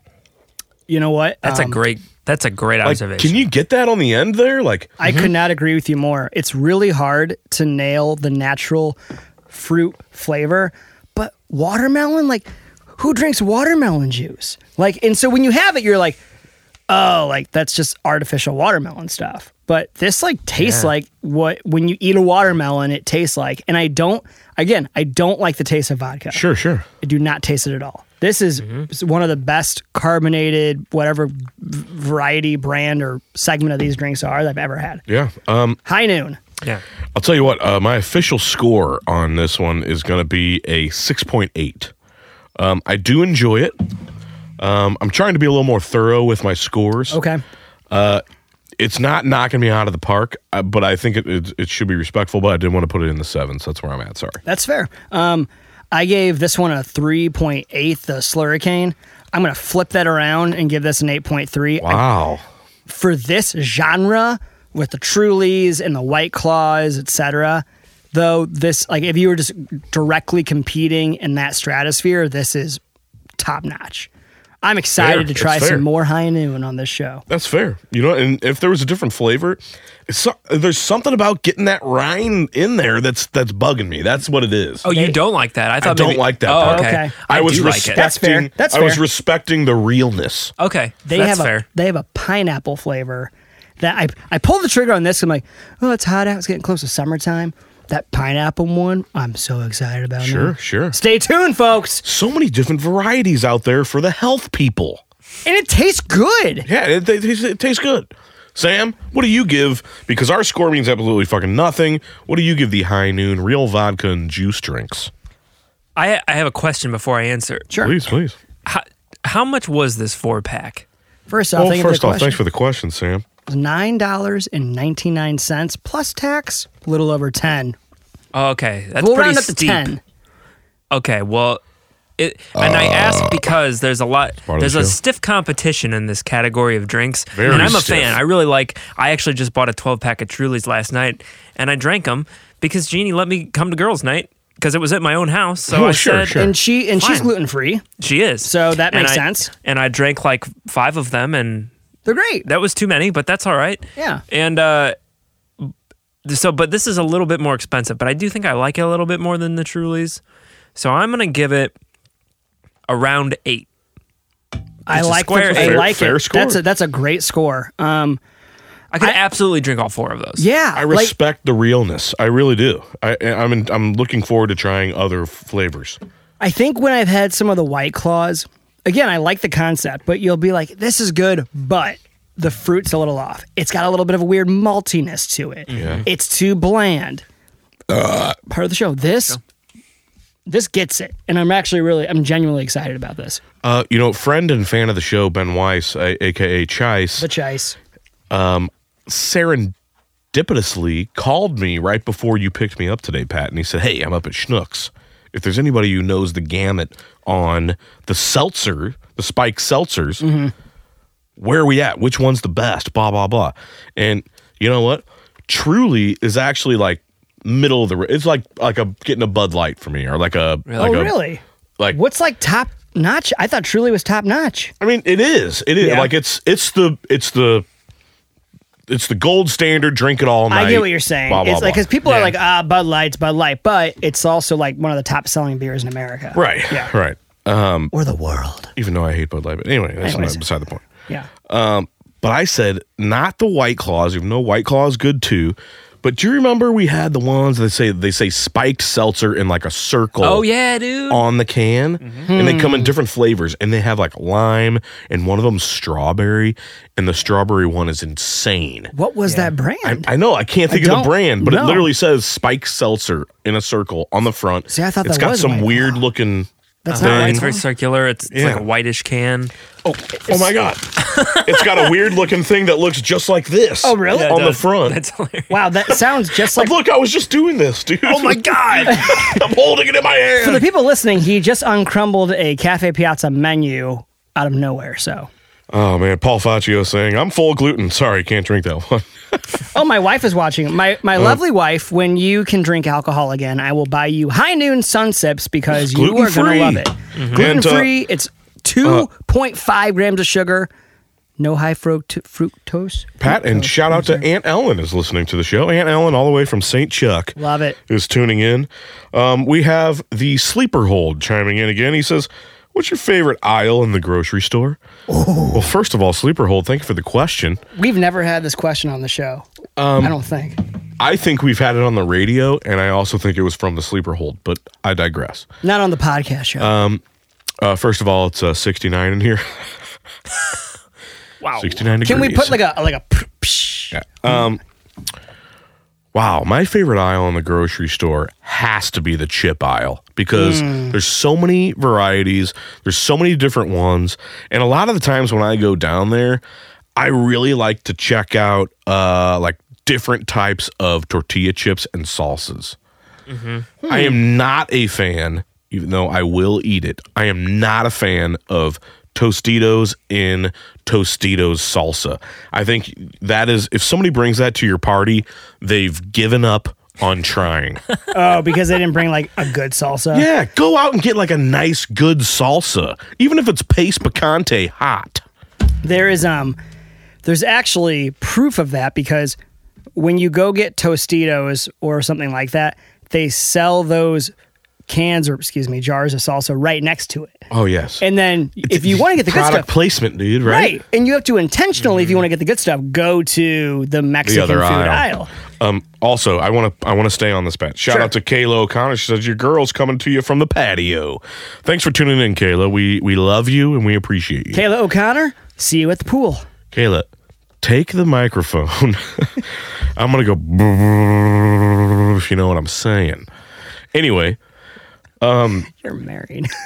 [SPEAKER 2] You know what?
[SPEAKER 5] That's a
[SPEAKER 2] Um,
[SPEAKER 5] great. That's a great
[SPEAKER 1] Like,
[SPEAKER 5] observation.
[SPEAKER 1] can you get that on the end there? Like,
[SPEAKER 2] I could not agree with you more. It's really hard to nail the natural fruit flavor, but watermelon, like, who drinks watermelon juice? Like, and so when you have it, you're like, oh, like that's just artificial watermelon stuff. But this like tastes like what when you eat a watermelon, it tastes like. And I don't, again, I don't like the taste of vodka.
[SPEAKER 1] sure, sure.
[SPEAKER 2] I do not taste it at all. This is s- one of the best carbonated, whatever v- variety, brand, or segment of these drinks are that I've ever had.
[SPEAKER 1] Yeah. Um,
[SPEAKER 2] High noon.
[SPEAKER 5] Yeah.
[SPEAKER 1] I'll tell you what, uh, my official score on this one is going to be a 6.8. Um, I do enjoy it. Um, I'm trying to be a little more thorough with my scores.
[SPEAKER 2] Okay.
[SPEAKER 1] It's not knocking me out of the park, uh, but I think it, it, it should be respectful, but I didn't want to put it in the sevens. That's where I'm at. Sorry.
[SPEAKER 2] That's fair. Um, I gave this one a 3.8, the Slurricane. I'm going to flip that around and give this an 8.3. I-
[SPEAKER 1] Wow.
[SPEAKER 2] for this genre with the Trulies and the White Claws, etc. Though this, like, if you were just directly competing in that stratosphere, this is top notch. I'm
[SPEAKER 1] Fair.
[SPEAKER 2] excited to try
[SPEAKER 1] It's fair.
[SPEAKER 2] some more high noon on this show.
[SPEAKER 1] That's fair. You know, and if there was a different flavor, it's so, there's something about getting that rind in there that's that's bugging me. That's what it is.
[SPEAKER 5] Oh, you don't like that? I thought
[SPEAKER 1] I don't
[SPEAKER 5] maybe-
[SPEAKER 1] like that.
[SPEAKER 5] Oh,
[SPEAKER 1] part.
[SPEAKER 5] okay.
[SPEAKER 2] Okay.
[SPEAKER 5] I,
[SPEAKER 1] I, was
[SPEAKER 5] do
[SPEAKER 1] respecting.
[SPEAKER 5] like it.
[SPEAKER 2] That's fair. That's
[SPEAKER 1] I was
[SPEAKER 2] fair.
[SPEAKER 1] respecting the realness.
[SPEAKER 5] Okay.
[SPEAKER 2] They have
[SPEAKER 5] that's
[SPEAKER 2] a
[SPEAKER 5] fair.
[SPEAKER 2] they have a pineapple flavor that I I pulled the trigger on this. I'm like, oh, it's hot out. It's getting close to summertime. That pineapple one, I'm so excited about.
[SPEAKER 1] Sure,
[SPEAKER 2] now.
[SPEAKER 1] sure.
[SPEAKER 2] Stay tuned, folks.
[SPEAKER 1] Mm. so many different varieties out there for the health people.
[SPEAKER 2] And it tastes good.
[SPEAKER 1] Yeah, it, it, tastes- it tastes good. Sam, what do you give? Because our score means absolutely fucking nothing. What do you give the High Noon real vodka and juice drinks?
[SPEAKER 5] I I have a question before I answer.
[SPEAKER 2] Sure.
[SPEAKER 1] Please, please.
[SPEAKER 5] How, how much was this four pack?
[SPEAKER 2] First off,
[SPEAKER 1] Well,
[SPEAKER 2] thank you for the
[SPEAKER 1] first off,
[SPEAKER 2] question.
[SPEAKER 1] thanks for the question, Sam.
[SPEAKER 2] nine dollars and ninety nine cents plus tax, a little over ten.
[SPEAKER 5] Oh, okay, that's
[SPEAKER 2] We'll
[SPEAKER 5] pretty
[SPEAKER 2] round up
[SPEAKER 5] steep.
[SPEAKER 2] to ten.
[SPEAKER 5] Okay, well, it, and I ask because there's a lot,
[SPEAKER 1] Uh, of the
[SPEAKER 5] there's
[SPEAKER 1] show.
[SPEAKER 5] a stiff competition in this category of drinks,
[SPEAKER 1] Very
[SPEAKER 5] and I'm a
[SPEAKER 1] stiff.
[SPEAKER 5] fan. I really like. I actually just bought a 12 pack of Truly's last night, and I drank them because Jeannie let me come to girls' night because it was at my own house. So
[SPEAKER 1] Oh,
[SPEAKER 5] I
[SPEAKER 1] sure,
[SPEAKER 5] said
[SPEAKER 1] sure.
[SPEAKER 2] And she and she's
[SPEAKER 5] Fine.
[SPEAKER 2] gluten free.
[SPEAKER 5] she is.
[SPEAKER 2] So that
[SPEAKER 5] And
[SPEAKER 2] makes
[SPEAKER 5] I-
[SPEAKER 2] sense.
[SPEAKER 5] And I drank like five of them, and
[SPEAKER 2] They're great.
[SPEAKER 5] that was too many, but that's all right.
[SPEAKER 2] Yeah.
[SPEAKER 5] And uh so but this is a little bit more expensive, but I do think I like it a little bit more than the Trulies. So I'm going to give it around 8.
[SPEAKER 2] I
[SPEAKER 5] it's a
[SPEAKER 2] like.
[SPEAKER 5] square
[SPEAKER 2] the, I
[SPEAKER 5] fair-
[SPEAKER 2] like
[SPEAKER 1] fair
[SPEAKER 2] it.
[SPEAKER 1] score.
[SPEAKER 2] That's a that's a great score. Um,
[SPEAKER 5] I could absolutely drink all four of those.
[SPEAKER 2] yeah.
[SPEAKER 1] I
[SPEAKER 2] like-
[SPEAKER 1] respect the realness. I really do. I, I'm in, I'm looking forward to trying other flavors.
[SPEAKER 2] I think when I've had some of the white claws, again, I like the concept, but you'll be like, this is good, but the fruit's a little off. It's got a little bit of a weird maltiness to it. It's too bland.
[SPEAKER 5] Uh.
[SPEAKER 2] Part of the show. This this gets it. And I'm actually really I'm genuinely excited about this.
[SPEAKER 1] Uh, you know, friend and fan of the show, Ben Weiss, a- aka Chice,
[SPEAKER 2] The chase.
[SPEAKER 1] serendipitously called me right before you picked me up today, Pat, and he said, "Hey, I'm up at Schnucks. If there's anybody who knows the gamut on the seltzer, the spike seltzers,
[SPEAKER 2] Mm-hmm.
[SPEAKER 1] where are we at? Which one's the best? Blah blah blah." And you know what? Truly is actually like middle of the. ro- It's like like a getting a Bud Light for me, or like a like
[SPEAKER 2] oh
[SPEAKER 1] a-
[SPEAKER 2] really?
[SPEAKER 1] like
[SPEAKER 2] What's like top notch? I thought truly was top notch.
[SPEAKER 1] I mean, it is. It is
[SPEAKER 2] Yeah.
[SPEAKER 1] like it's it's the it's the it's the gold standard. Drink it all night.
[SPEAKER 2] I get what you're saying.
[SPEAKER 1] blah, blah,
[SPEAKER 2] it's like
[SPEAKER 1] blah.
[SPEAKER 2] because people are
[SPEAKER 5] Yeah.
[SPEAKER 2] like, ah, Bud Light's Bud Light, but it's also like one of the top selling beers in America.
[SPEAKER 1] right,
[SPEAKER 2] Yeah.
[SPEAKER 1] right.
[SPEAKER 2] Or the world. Uh,
[SPEAKER 1] Even though I hate Bud Light, but anyway, that's
[SPEAKER 2] Anyways.
[SPEAKER 1] not beside the point.
[SPEAKER 2] Yeah.
[SPEAKER 1] But I said not the White Claws, even though White Claw is good too, But do you remember we had the ones that say they say spiked seltzer in like a circle?
[SPEAKER 5] Oh yeah, dude.
[SPEAKER 1] on the can
[SPEAKER 4] Mm-hmm.
[SPEAKER 1] and they
[SPEAKER 4] Hmm.
[SPEAKER 1] come in different flavors and they have like lime and one of them's strawberry and the strawberry one is insane
[SPEAKER 4] What was that brand?
[SPEAKER 1] I, I know I can't think of
[SPEAKER 4] don't
[SPEAKER 1] the brand, but it
[SPEAKER 4] know.
[SPEAKER 1] literally says Spike Seltzer in a circle on the front.
[SPEAKER 4] See, I thought
[SPEAKER 1] it's
[SPEAKER 4] that
[SPEAKER 1] got
[SPEAKER 4] was
[SPEAKER 1] some
[SPEAKER 4] white.
[SPEAKER 1] weird looking.
[SPEAKER 4] That's
[SPEAKER 1] thing.
[SPEAKER 4] not
[SPEAKER 5] Uh, it's very circular. It's, it's like
[SPEAKER 1] Yeah.
[SPEAKER 5] a whitish can.
[SPEAKER 1] Oh, oh my god! it's got a weird looking thing that looks just like this.
[SPEAKER 2] Oh, really? Yeah, it
[SPEAKER 1] on the
[SPEAKER 5] does.
[SPEAKER 1] front.
[SPEAKER 5] That's hilarious.
[SPEAKER 2] Wow, that sounds just
[SPEAKER 1] Like,
[SPEAKER 2] like.
[SPEAKER 1] Look, I was just doing this, dude. Oh my god! I'm holding it in my hand.
[SPEAKER 2] For the people listening, he just uncrumbled a Cafe Piazza menu out of nowhere. So,
[SPEAKER 1] oh man, Paul Faccio saying I'm full gluten. Sorry, can't drink that one.
[SPEAKER 2] oh, my wife is watching. My
[SPEAKER 1] Oh.
[SPEAKER 2] my lovely wife. When you can drink alcohol again, I will buy you High Noon Sunsips because you are going
[SPEAKER 1] Gluten-free.
[SPEAKER 2] to love it.
[SPEAKER 1] Mhm.
[SPEAKER 2] Gluten
[SPEAKER 1] And, uh,
[SPEAKER 2] free. It's two point five grams of sugar, no high fruct- fructose.
[SPEAKER 1] Pat, and shout out to Aunt Ellen is listening to the show. Aunt Ellen, all the way from St. Chuck,
[SPEAKER 2] Love it.
[SPEAKER 1] is tuning in. Um, we have the sleeper hold chiming in again. He says, "What's your favorite aisle in the grocery store?" Well, first of all, sleeper hold, thank you for the question.
[SPEAKER 2] We've never had this question on the show.
[SPEAKER 1] Um,
[SPEAKER 2] I don't think.
[SPEAKER 1] I think we've had it on the radio, and I also think it was from the sleeper hold. But I digress.
[SPEAKER 2] Not on the podcast show.
[SPEAKER 1] Uh, first of all, it's uh, 69 in here. wow, 69 degrees.
[SPEAKER 2] Can we put like a like a psh, psh,
[SPEAKER 1] Wow, my favorite aisle in the grocery store has to be the chip aisle because
[SPEAKER 2] Mm.
[SPEAKER 1] there's so many varieties, there's so many different ones, and a lot of the times when I go down there, I really like to check out uh like different types of tortilla chips and salsas. I am not a fan, even though I will eat it. I am not a fan of Tostitos in Tostitos salsa. I think that is if somebody brings that to your party, they've given up on trying.
[SPEAKER 2] Oh, because they didn't bring like a good salsa.
[SPEAKER 1] yeah, go out and get like a nice good salsa, even if it's paste picante hot.
[SPEAKER 2] There is um there's actually proof of that because when you go get Tostitos or something like that, they sell those cans or excuse me, jars of salsa right next to it.
[SPEAKER 1] Oh yes.
[SPEAKER 2] And then if you want to get the good
[SPEAKER 1] product
[SPEAKER 2] stuff,
[SPEAKER 1] placement, dude,
[SPEAKER 2] right. And you have to intentionally if you want to get the good stuff, go to the
[SPEAKER 1] the
[SPEAKER 2] Mexican
[SPEAKER 1] other
[SPEAKER 2] food
[SPEAKER 1] aisle.
[SPEAKER 2] aisle.
[SPEAKER 1] Um, also, I want to I want to stay on this patch. Shout out to Kayla O'Connor. She says your girl's coming to you from the patio. Thanks for tuning in, Kayla. We we love you and we appreciate you.
[SPEAKER 2] Kayla O'Connor, see you at the pool.
[SPEAKER 1] Kayla, take the microphone. I'm gonna go. If you know what I'm saying. Anyway,
[SPEAKER 2] You're married.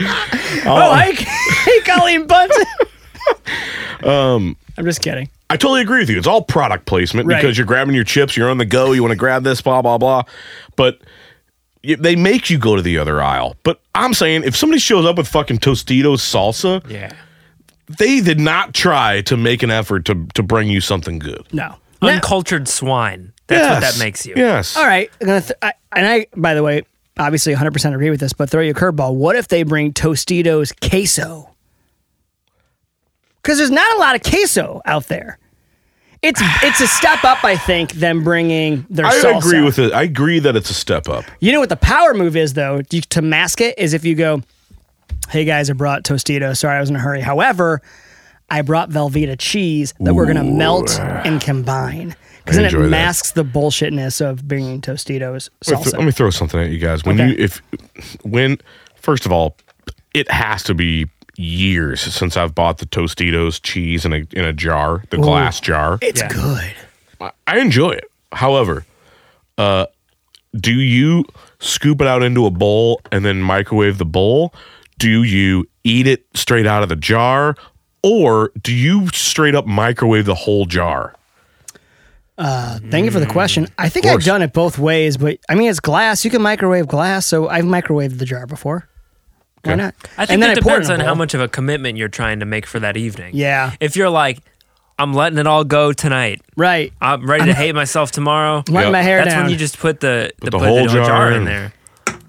[SPEAKER 2] oh,
[SPEAKER 1] um,
[SPEAKER 2] hey, hey, Colleen Bunton. um, I'm just kidding.
[SPEAKER 1] I totally agree with you. It's all product placement
[SPEAKER 2] Right.
[SPEAKER 1] because you're grabbing your chips, you're on the go, you want to grab this, blah, blah, blah. But y- they make you go to the other aisle. But I'm saying if somebody shows up with fucking Tostitos salsa,
[SPEAKER 5] Yeah.
[SPEAKER 1] they did not try to make an effort to, to bring you something good.
[SPEAKER 2] No. Now-
[SPEAKER 5] Uncultured swine. That's what that
[SPEAKER 1] Yes.
[SPEAKER 5] makes you.
[SPEAKER 1] Yes.
[SPEAKER 2] all right. I'm gonna th- I, and I, by the way, obviously 100% agree with this, but throw you a curveball. What if they bring Tostitos queso? Because there's not a lot of queso out there. It's it's a step up, I think, than bringing their
[SPEAKER 1] I
[SPEAKER 2] salsa.
[SPEAKER 1] agree with it. I agree that it's a step up.
[SPEAKER 2] You know what the power move is, though, to- to mask it, is if you go, hey guys, I brought Tostitos. Sorry, I was in a hurry. However, I brought Velveeta cheese that we're going to melt and combine. Because
[SPEAKER 1] I
[SPEAKER 2] then it
[SPEAKER 1] enjoy that.
[SPEAKER 2] masks the bullshitness of bringing Tostitos
[SPEAKER 1] Let me, th-
[SPEAKER 2] salsa.
[SPEAKER 1] let me throw something at you guys. When
[SPEAKER 2] Okay.
[SPEAKER 1] you if when first of all, it has to be years since I've bought the Tostitos cheese in a in a jar, the glass jar.
[SPEAKER 2] it's good.
[SPEAKER 1] I enjoy it. However, uh, do you scoop it out into a bowl and then microwave the bowl? Do you eat it straight out of the jar, or do you straight up microwave the whole jar?
[SPEAKER 2] Thank you for the question. I think I've
[SPEAKER 1] Mm. course.
[SPEAKER 2] done it both ways, but I mean, it's glass. You can microwave glass, so I've microwaved the jar before. Why
[SPEAKER 1] Okay.
[SPEAKER 2] not?
[SPEAKER 5] I think
[SPEAKER 2] And then
[SPEAKER 5] it
[SPEAKER 2] pour it in
[SPEAKER 5] depends
[SPEAKER 2] a
[SPEAKER 5] on how
[SPEAKER 2] bowl.
[SPEAKER 5] much of a commitment you're trying to make for that evening.
[SPEAKER 2] Yeah.
[SPEAKER 5] If you're like, I'm letting it all go tonight.
[SPEAKER 2] Right.
[SPEAKER 5] I'm ready to hate myself tomorrow.
[SPEAKER 2] Letting my hair
[SPEAKER 5] That's
[SPEAKER 2] down.
[SPEAKER 5] when you just put the,
[SPEAKER 1] the
[SPEAKER 5] the, put the
[SPEAKER 1] whole
[SPEAKER 5] jar,
[SPEAKER 1] jar in.
[SPEAKER 5] in there.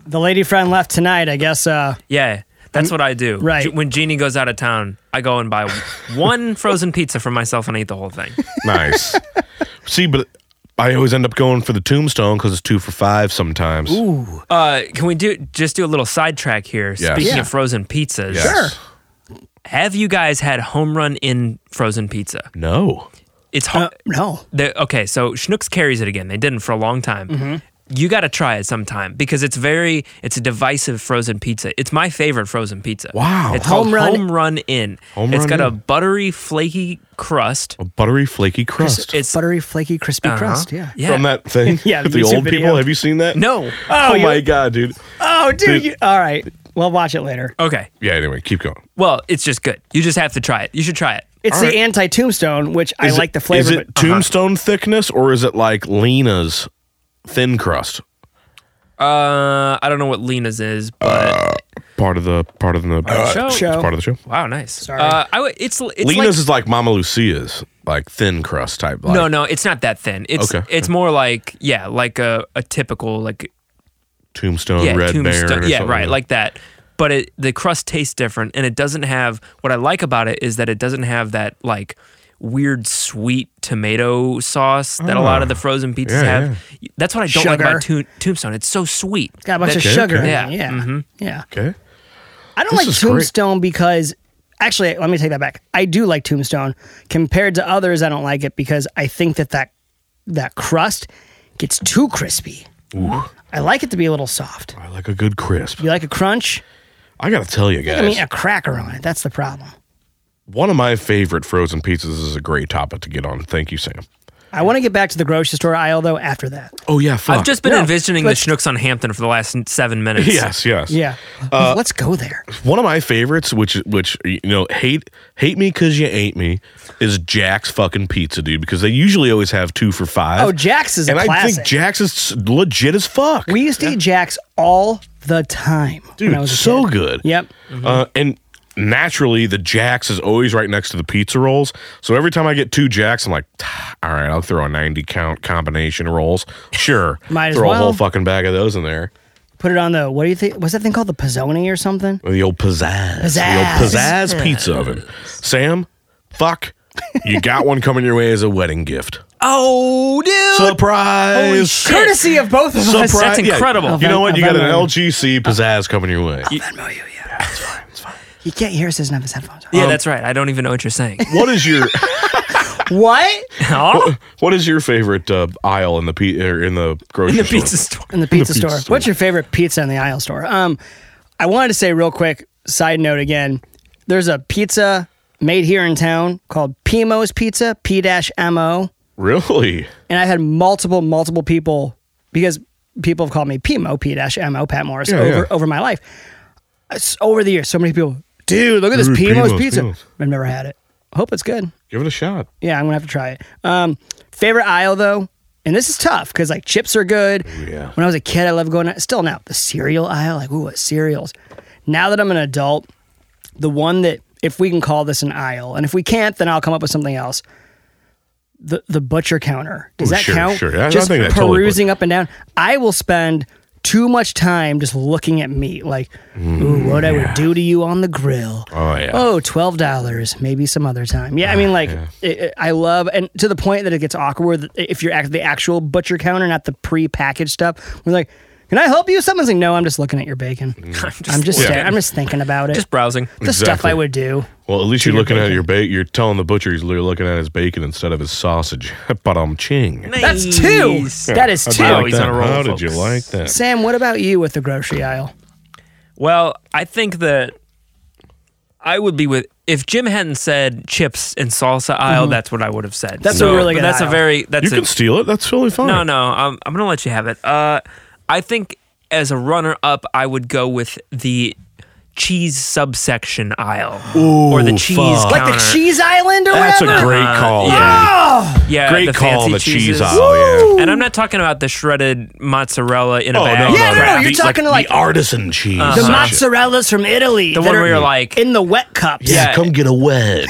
[SPEAKER 2] the lady friend left tonight. I guess uh,
[SPEAKER 5] Yeah. That's what I do.
[SPEAKER 2] Right.
[SPEAKER 5] Ju- When Jeannie goes out of town, I go and buy one frozen pizza for myself and I eat the whole thing.
[SPEAKER 1] Nice. See, but I always end up going for the tombstone because it's two for five sometimes. Ooh,
[SPEAKER 5] Uh, can we do just do a little sidetrack here?
[SPEAKER 1] Yes.
[SPEAKER 5] Speaking
[SPEAKER 1] Yeah.
[SPEAKER 5] of frozen pizzas, have you guys had home run in frozen pizza?
[SPEAKER 1] No.
[SPEAKER 5] It's
[SPEAKER 2] uh,
[SPEAKER 5] hard.
[SPEAKER 4] no.
[SPEAKER 5] the, okay, so Schnucks carries it again. They didn't for a long time.
[SPEAKER 1] Mm-hmm.
[SPEAKER 5] You got to try it sometime because it's very it's a divisive frozen pizza. It's my favorite frozen pizza.
[SPEAKER 1] Wow.
[SPEAKER 5] It's called
[SPEAKER 4] Home Run-
[SPEAKER 5] Home Run In.
[SPEAKER 1] Home
[SPEAKER 5] It's
[SPEAKER 1] Run
[SPEAKER 5] got a
[SPEAKER 1] Inn.
[SPEAKER 5] buttery flaky crust.
[SPEAKER 1] A buttery, flaky crust
[SPEAKER 5] It's
[SPEAKER 4] Buttery, flaky, crispy
[SPEAKER 5] uh-huh.
[SPEAKER 4] crust. Yeah.
[SPEAKER 1] from that thing.
[SPEAKER 2] Yeah, the
[SPEAKER 1] the
[SPEAKER 2] music
[SPEAKER 1] old
[SPEAKER 2] video.
[SPEAKER 1] people. Have you seen that?
[SPEAKER 5] No.
[SPEAKER 1] Oh,
[SPEAKER 2] you-
[SPEAKER 1] my god, dude.
[SPEAKER 2] Oh, dude.
[SPEAKER 1] Dude.
[SPEAKER 2] You, all right. Well, watch it later.
[SPEAKER 5] Okay.
[SPEAKER 1] Yeah. Anyway, keep going.
[SPEAKER 5] Well, it's just good. You just have to try it. You should try it.
[SPEAKER 2] It's
[SPEAKER 1] All
[SPEAKER 2] the
[SPEAKER 1] right.
[SPEAKER 2] anti tombstone, which I
[SPEAKER 1] Is
[SPEAKER 2] like
[SPEAKER 1] it-
[SPEAKER 2] the flavor.
[SPEAKER 1] Is
[SPEAKER 2] but oh,
[SPEAKER 1] it
[SPEAKER 5] uh-huh.
[SPEAKER 1] tombstone thickness or is it like Lena's thin crust?
[SPEAKER 5] Uh, I don't know what Lena's is, but
[SPEAKER 1] Uh, Part of the part of the
[SPEAKER 5] show.
[SPEAKER 1] It's
[SPEAKER 2] Show.
[SPEAKER 1] part of the show.
[SPEAKER 5] wow, nice. Sorry. Uh, I w- it's it's
[SPEAKER 1] Lena's
[SPEAKER 5] like,
[SPEAKER 1] is like Mama Lucia's, like thin crust type. Like,
[SPEAKER 5] no, no, it's not that thin. It's
[SPEAKER 1] Okay.
[SPEAKER 5] it's more like yeah, like a, a typical like
[SPEAKER 1] Tombstone,
[SPEAKER 5] yeah,
[SPEAKER 1] Red
[SPEAKER 5] tombstone,
[SPEAKER 1] Baron. Or
[SPEAKER 5] yeah,
[SPEAKER 1] something
[SPEAKER 5] right, like that. But it the crust tastes different, and it doesn't have what I like about it is that it doesn't have that like weird sweet tomato sauce that a lot of the frozen pizzas
[SPEAKER 1] Ah, yeah,
[SPEAKER 5] have. That's what I don't like about
[SPEAKER 2] Sugar.
[SPEAKER 5] to- Tombstone. It's so sweet.
[SPEAKER 2] Got a bunch
[SPEAKER 5] That-
[SPEAKER 2] of sugar.
[SPEAKER 5] okay.
[SPEAKER 2] Yeah.
[SPEAKER 5] Yeah. Mm-hmm.
[SPEAKER 2] Yeah. yeah.
[SPEAKER 1] that. Okay.
[SPEAKER 2] I don't
[SPEAKER 1] This
[SPEAKER 2] like
[SPEAKER 1] is great.
[SPEAKER 2] Tombstone because actually, let me take that back. I do like Tombstone compared to others. I don't like it because I think that that, that crust gets too crispy. I like it to be a little soft.
[SPEAKER 1] I like a good crisp.
[SPEAKER 2] You like a crunch?
[SPEAKER 1] I gotta tell you guys,
[SPEAKER 2] I mean, a cracker on it. That's the problem.
[SPEAKER 1] one of my favorite frozen pizzas is a great topic to get on. Thank you, Sam.
[SPEAKER 2] I want to get back to the grocery store aisle though. After that,
[SPEAKER 1] Oh yeah, fuck.
[SPEAKER 5] I've just been
[SPEAKER 2] Yeah,
[SPEAKER 5] envisioning the
[SPEAKER 2] but-
[SPEAKER 5] Schnooks on Hampton for the last seven minutes.
[SPEAKER 1] yes, yes,
[SPEAKER 2] yeah,
[SPEAKER 1] Uh,
[SPEAKER 2] let's go there.
[SPEAKER 1] One of my favorites, which which you know, hate hate me because you ain't me, is Jack's fucking pizza, dude. Because they usually always have two for five.
[SPEAKER 2] Oh, Jack's is a
[SPEAKER 1] and I
[SPEAKER 2] classic.
[SPEAKER 1] think Jack's is legit as fuck.
[SPEAKER 2] we used to eat Jack's all the time
[SPEAKER 1] dude,
[SPEAKER 2] when I was a
[SPEAKER 1] so
[SPEAKER 2] kid.
[SPEAKER 1] good.
[SPEAKER 2] Yep.
[SPEAKER 1] Uh, and naturally, the Jack's is always right next to the pizza rolls. So every time I get two Jack's, I'm like, "Ah, all right, I'll throw a 90 count combination rolls. Sure.
[SPEAKER 2] Might as
[SPEAKER 1] throw a
[SPEAKER 2] well.
[SPEAKER 1] whole fucking bag of those in there.
[SPEAKER 2] Put it on the what do you think? What's that thing called? The Pizzoni or something?
[SPEAKER 1] The old pizzazz. The
[SPEAKER 2] Pizzazz.
[SPEAKER 1] old pizzazz pizza oven. Sam, fuck. You got one coming your way as a wedding gift.
[SPEAKER 5] Oh, dude.
[SPEAKER 1] Surprise!
[SPEAKER 2] Courtesy of both of us.
[SPEAKER 1] Surprise!
[SPEAKER 5] That's
[SPEAKER 1] Yeah,
[SPEAKER 5] incredible.
[SPEAKER 1] You know what? You got an
[SPEAKER 2] Venmo.
[SPEAKER 1] LGC pizzazz coming your way.
[SPEAKER 2] Venmo you, yeah. That's fine. It's fine. He can't hear us. He doesn't have his headphones. on.
[SPEAKER 5] yeah, that's right. I don't even know what you're saying.
[SPEAKER 1] What is your
[SPEAKER 2] What?
[SPEAKER 5] Huh?
[SPEAKER 1] What is your favorite uh, aisle in the pe- er, in the grocery
[SPEAKER 5] the
[SPEAKER 1] store?
[SPEAKER 5] pizza store.
[SPEAKER 2] In the pizza, store.
[SPEAKER 1] pizza store.
[SPEAKER 2] What's your favorite pizza in the aisle store? Um, I wanted to say real quick. Side note again. There's a pizza made here in town called Pimo's Pizza. P dash M O.
[SPEAKER 1] Really?
[SPEAKER 2] and I've had multiple, multiple people because people have called me PMO, P dash MO, Pat Morris
[SPEAKER 1] Yeah,
[SPEAKER 2] over
[SPEAKER 1] yeah.
[SPEAKER 2] over my life. It's over the years, so many people, dude, look at this
[SPEAKER 1] Dude,
[SPEAKER 2] PMO's,
[SPEAKER 1] Pimo's,
[SPEAKER 2] pizza.
[SPEAKER 1] Pimo's.
[SPEAKER 2] I've never had it. Hope it's good.
[SPEAKER 1] Give it a shot.
[SPEAKER 2] Yeah, I'm gonna have to try it. Um, favorite aisle though, and this is tough because like chips are good.
[SPEAKER 1] yeah.
[SPEAKER 2] When I was a kid, I loved going out. Still now, the cereal aisle, like ooh, what cereals. Now that I'm an adult, the one that if we can call this an aisle, and if we can't, then I'll come up with something else. The the butcher counter does
[SPEAKER 1] Ooh,
[SPEAKER 2] that
[SPEAKER 1] sure,
[SPEAKER 2] count?
[SPEAKER 1] sure. I- I
[SPEAKER 2] just
[SPEAKER 1] think that totally
[SPEAKER 2] perusing up and down. I will spend too much time just looking at meat, like ooh, what I would do to you on the grill
[SPEAKER 1] Mm, Oh yeah.
[SPEAKER 2] oh, $12, maybe some other time. Yeah, I mean, like, it, it- I love, and to the point that it gets awkward that if you're at the actual butcher counter, not the pre-packaged stuff. We're like, can I help you? Someone's like, no, I'm just looking at your bacon.
[SPEAKER 5] I'm just,
[SPEAKER 2] I'm just,
[SPEAKER 1] Mm. looking.
[SPEAKER 2] sta- I'm just thinking about it.
[SPEAKER 5] just browsing.
[SPEAKER 2] the stuff
[SPEAKER 1] Exactly.
[SPEAKER 2] I would do.
[SPEAKER 1] Well, at least you're
[SPEAKER 2] your
[SPEAKER 1] looking at
[SPEAKER 2] bacon.
[SPEAKER 1] your bacon. You're telling the butcher he's you're looking at his bacon instead of his sausage. but I'm ching.
[SPEAKER 2] That's two. That is two.
[SPEAKER 5] like Oh, he's
[SPEAKER 1] that?
[SPEAKER 5] on a roll,
[SPEAKER 1] How did you
[SPEAKER 5] folks.
[SPEAKER 1] like that?
[SPEAKER 2] Sam, what about you with the grocery aisle?
[SPEAKER 5] Well, I think that I would be with if Jim hadn't said chips and salsa aisle.
[SPEAKER 1] Mm-hmm.
[SPEAKER 5] That's what I would have said.
[SPEAKER 2] That's a really
[SPEAKER 5] but
[SPEAKER 2] good
[SPEAKER 5] That's
[SPEAKER 2] aisle.
[SPEAKER 5] a very. That's
[SPEAKER 1] You
[SPEAKER 5] a,
[SPEAKER 1] can steal it. That's totally fine.
[SPEAKER 5] No, no, I'm, I'm gonna let you have it. Uh, I think as a runner-up, I would go with the cheese subsection aisle or the cheese
[SPEAKER 1] fuck.
[SPEAKER 5] counter.
[SPEAKER 2] Like the cheese island or
[SPEAKER 1] That's a
[SPEAKER 2] whatever?
[SPEAKER 1] great
[SPEAKER 5] Uh,
[SPEAKER 1] call.
[SPEAKER 5] yeah.
[SPEAKER 2] Oh,
[SPEAKER 5] yeah,
[SPEAKER 1] Great
[SPEAKER 5] the
[SPEAKER 1] call on
[SPEAKER 5] fancy
[SPEAKER 1] the cheese
[SPEAKER 5] cheeses.
[SPEAKER 1] aisle. Yeah.
[SPEAKER 5] And I'm not talking about the shredded mozzarella in a
[SPEAKER 1] Oh
[SPEAKER 5] bag.
[SPEAKER 1] no,
[SPEAKER 2] Yeah, no, no,
[SPEAKER 1] the-
[SPEAKER 2] you're talking
[SPEAKER 1] the
[SPEAKER 2] like-
[SPEAKER 1] artisan cheese.
[SPEAKER 5] Uh-huh.
[SPEAKER 2] the
[SPEAKER 1] section.
[SPEAKER 2] mozzarella's from Italy.
[SPEAKER 5] The
[SPEAKER 2] that
[SPEAKER 5] one
[SPEAKER 2] are
[SPEAKER 5] where you're like,
[SPEAKER 2] In the wet cups.
[SPEAKER 5] Yeah.
[SPEAKER 1] Come get a wedge.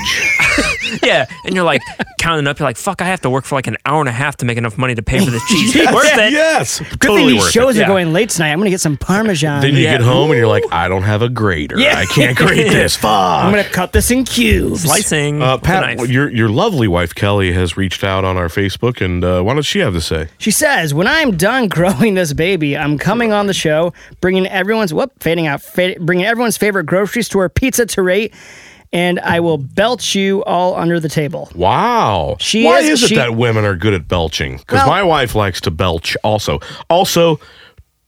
[SPEAKER 5] yeah, and you're like counting up. You're like, fuck, I have to work for like an hour and a half to make enough money to pay for this cheese. worth it.
[SPEAKER 1] yes,
[SPEAKER 2] Good
[SPEAKER 1] totally
[SPEAKER 2] thing
[SPEAKER 1] worth
[SPEAKER 2] these
[SPEAKER 1] it.
[SPEAKER 2] shows are
[SPEAKER 5] Yeah.
[SPEAKER 2] going late tonight. I'm going to get some Parmesan.
[SPEAKER 1] Then you
[SPEAKER 5] Yeah.
[SPEAKER 1] get home and you're like, I don't have a grater. I can't grate this. Fuck.
[SPEAKER 2] I'm going to cut this in cubes.
[SPEAKER 5] Slicing.
[SPEAKER 1] Uh,
[SPEAKER 5] with a knife.
[SPEAKER 1] Pat, your your lovely wife Kelly has reached out on our Facebook, and uh, why does she have to say?
[SPEAKER 2] She says, "When I'm done growing this baby, I'm coming on the show, bringing everyone's whoop fading out, fa- bringing everyone's favorite grocery store pizza to rate, and I will belch you all under the table.
[SPEAKER 1] Wow.
[SPEAKER 2] She
[SPEAKER 1] Why
[SPEAKER 2] is-
[SPEAKER 1] is, it
[SPEAKER 2] she-
[SPEAKER 1] that women are good at belching? Because
[SPEAKER 2] Well-
[SPEAKER 1] my wife likes to belch also. Also,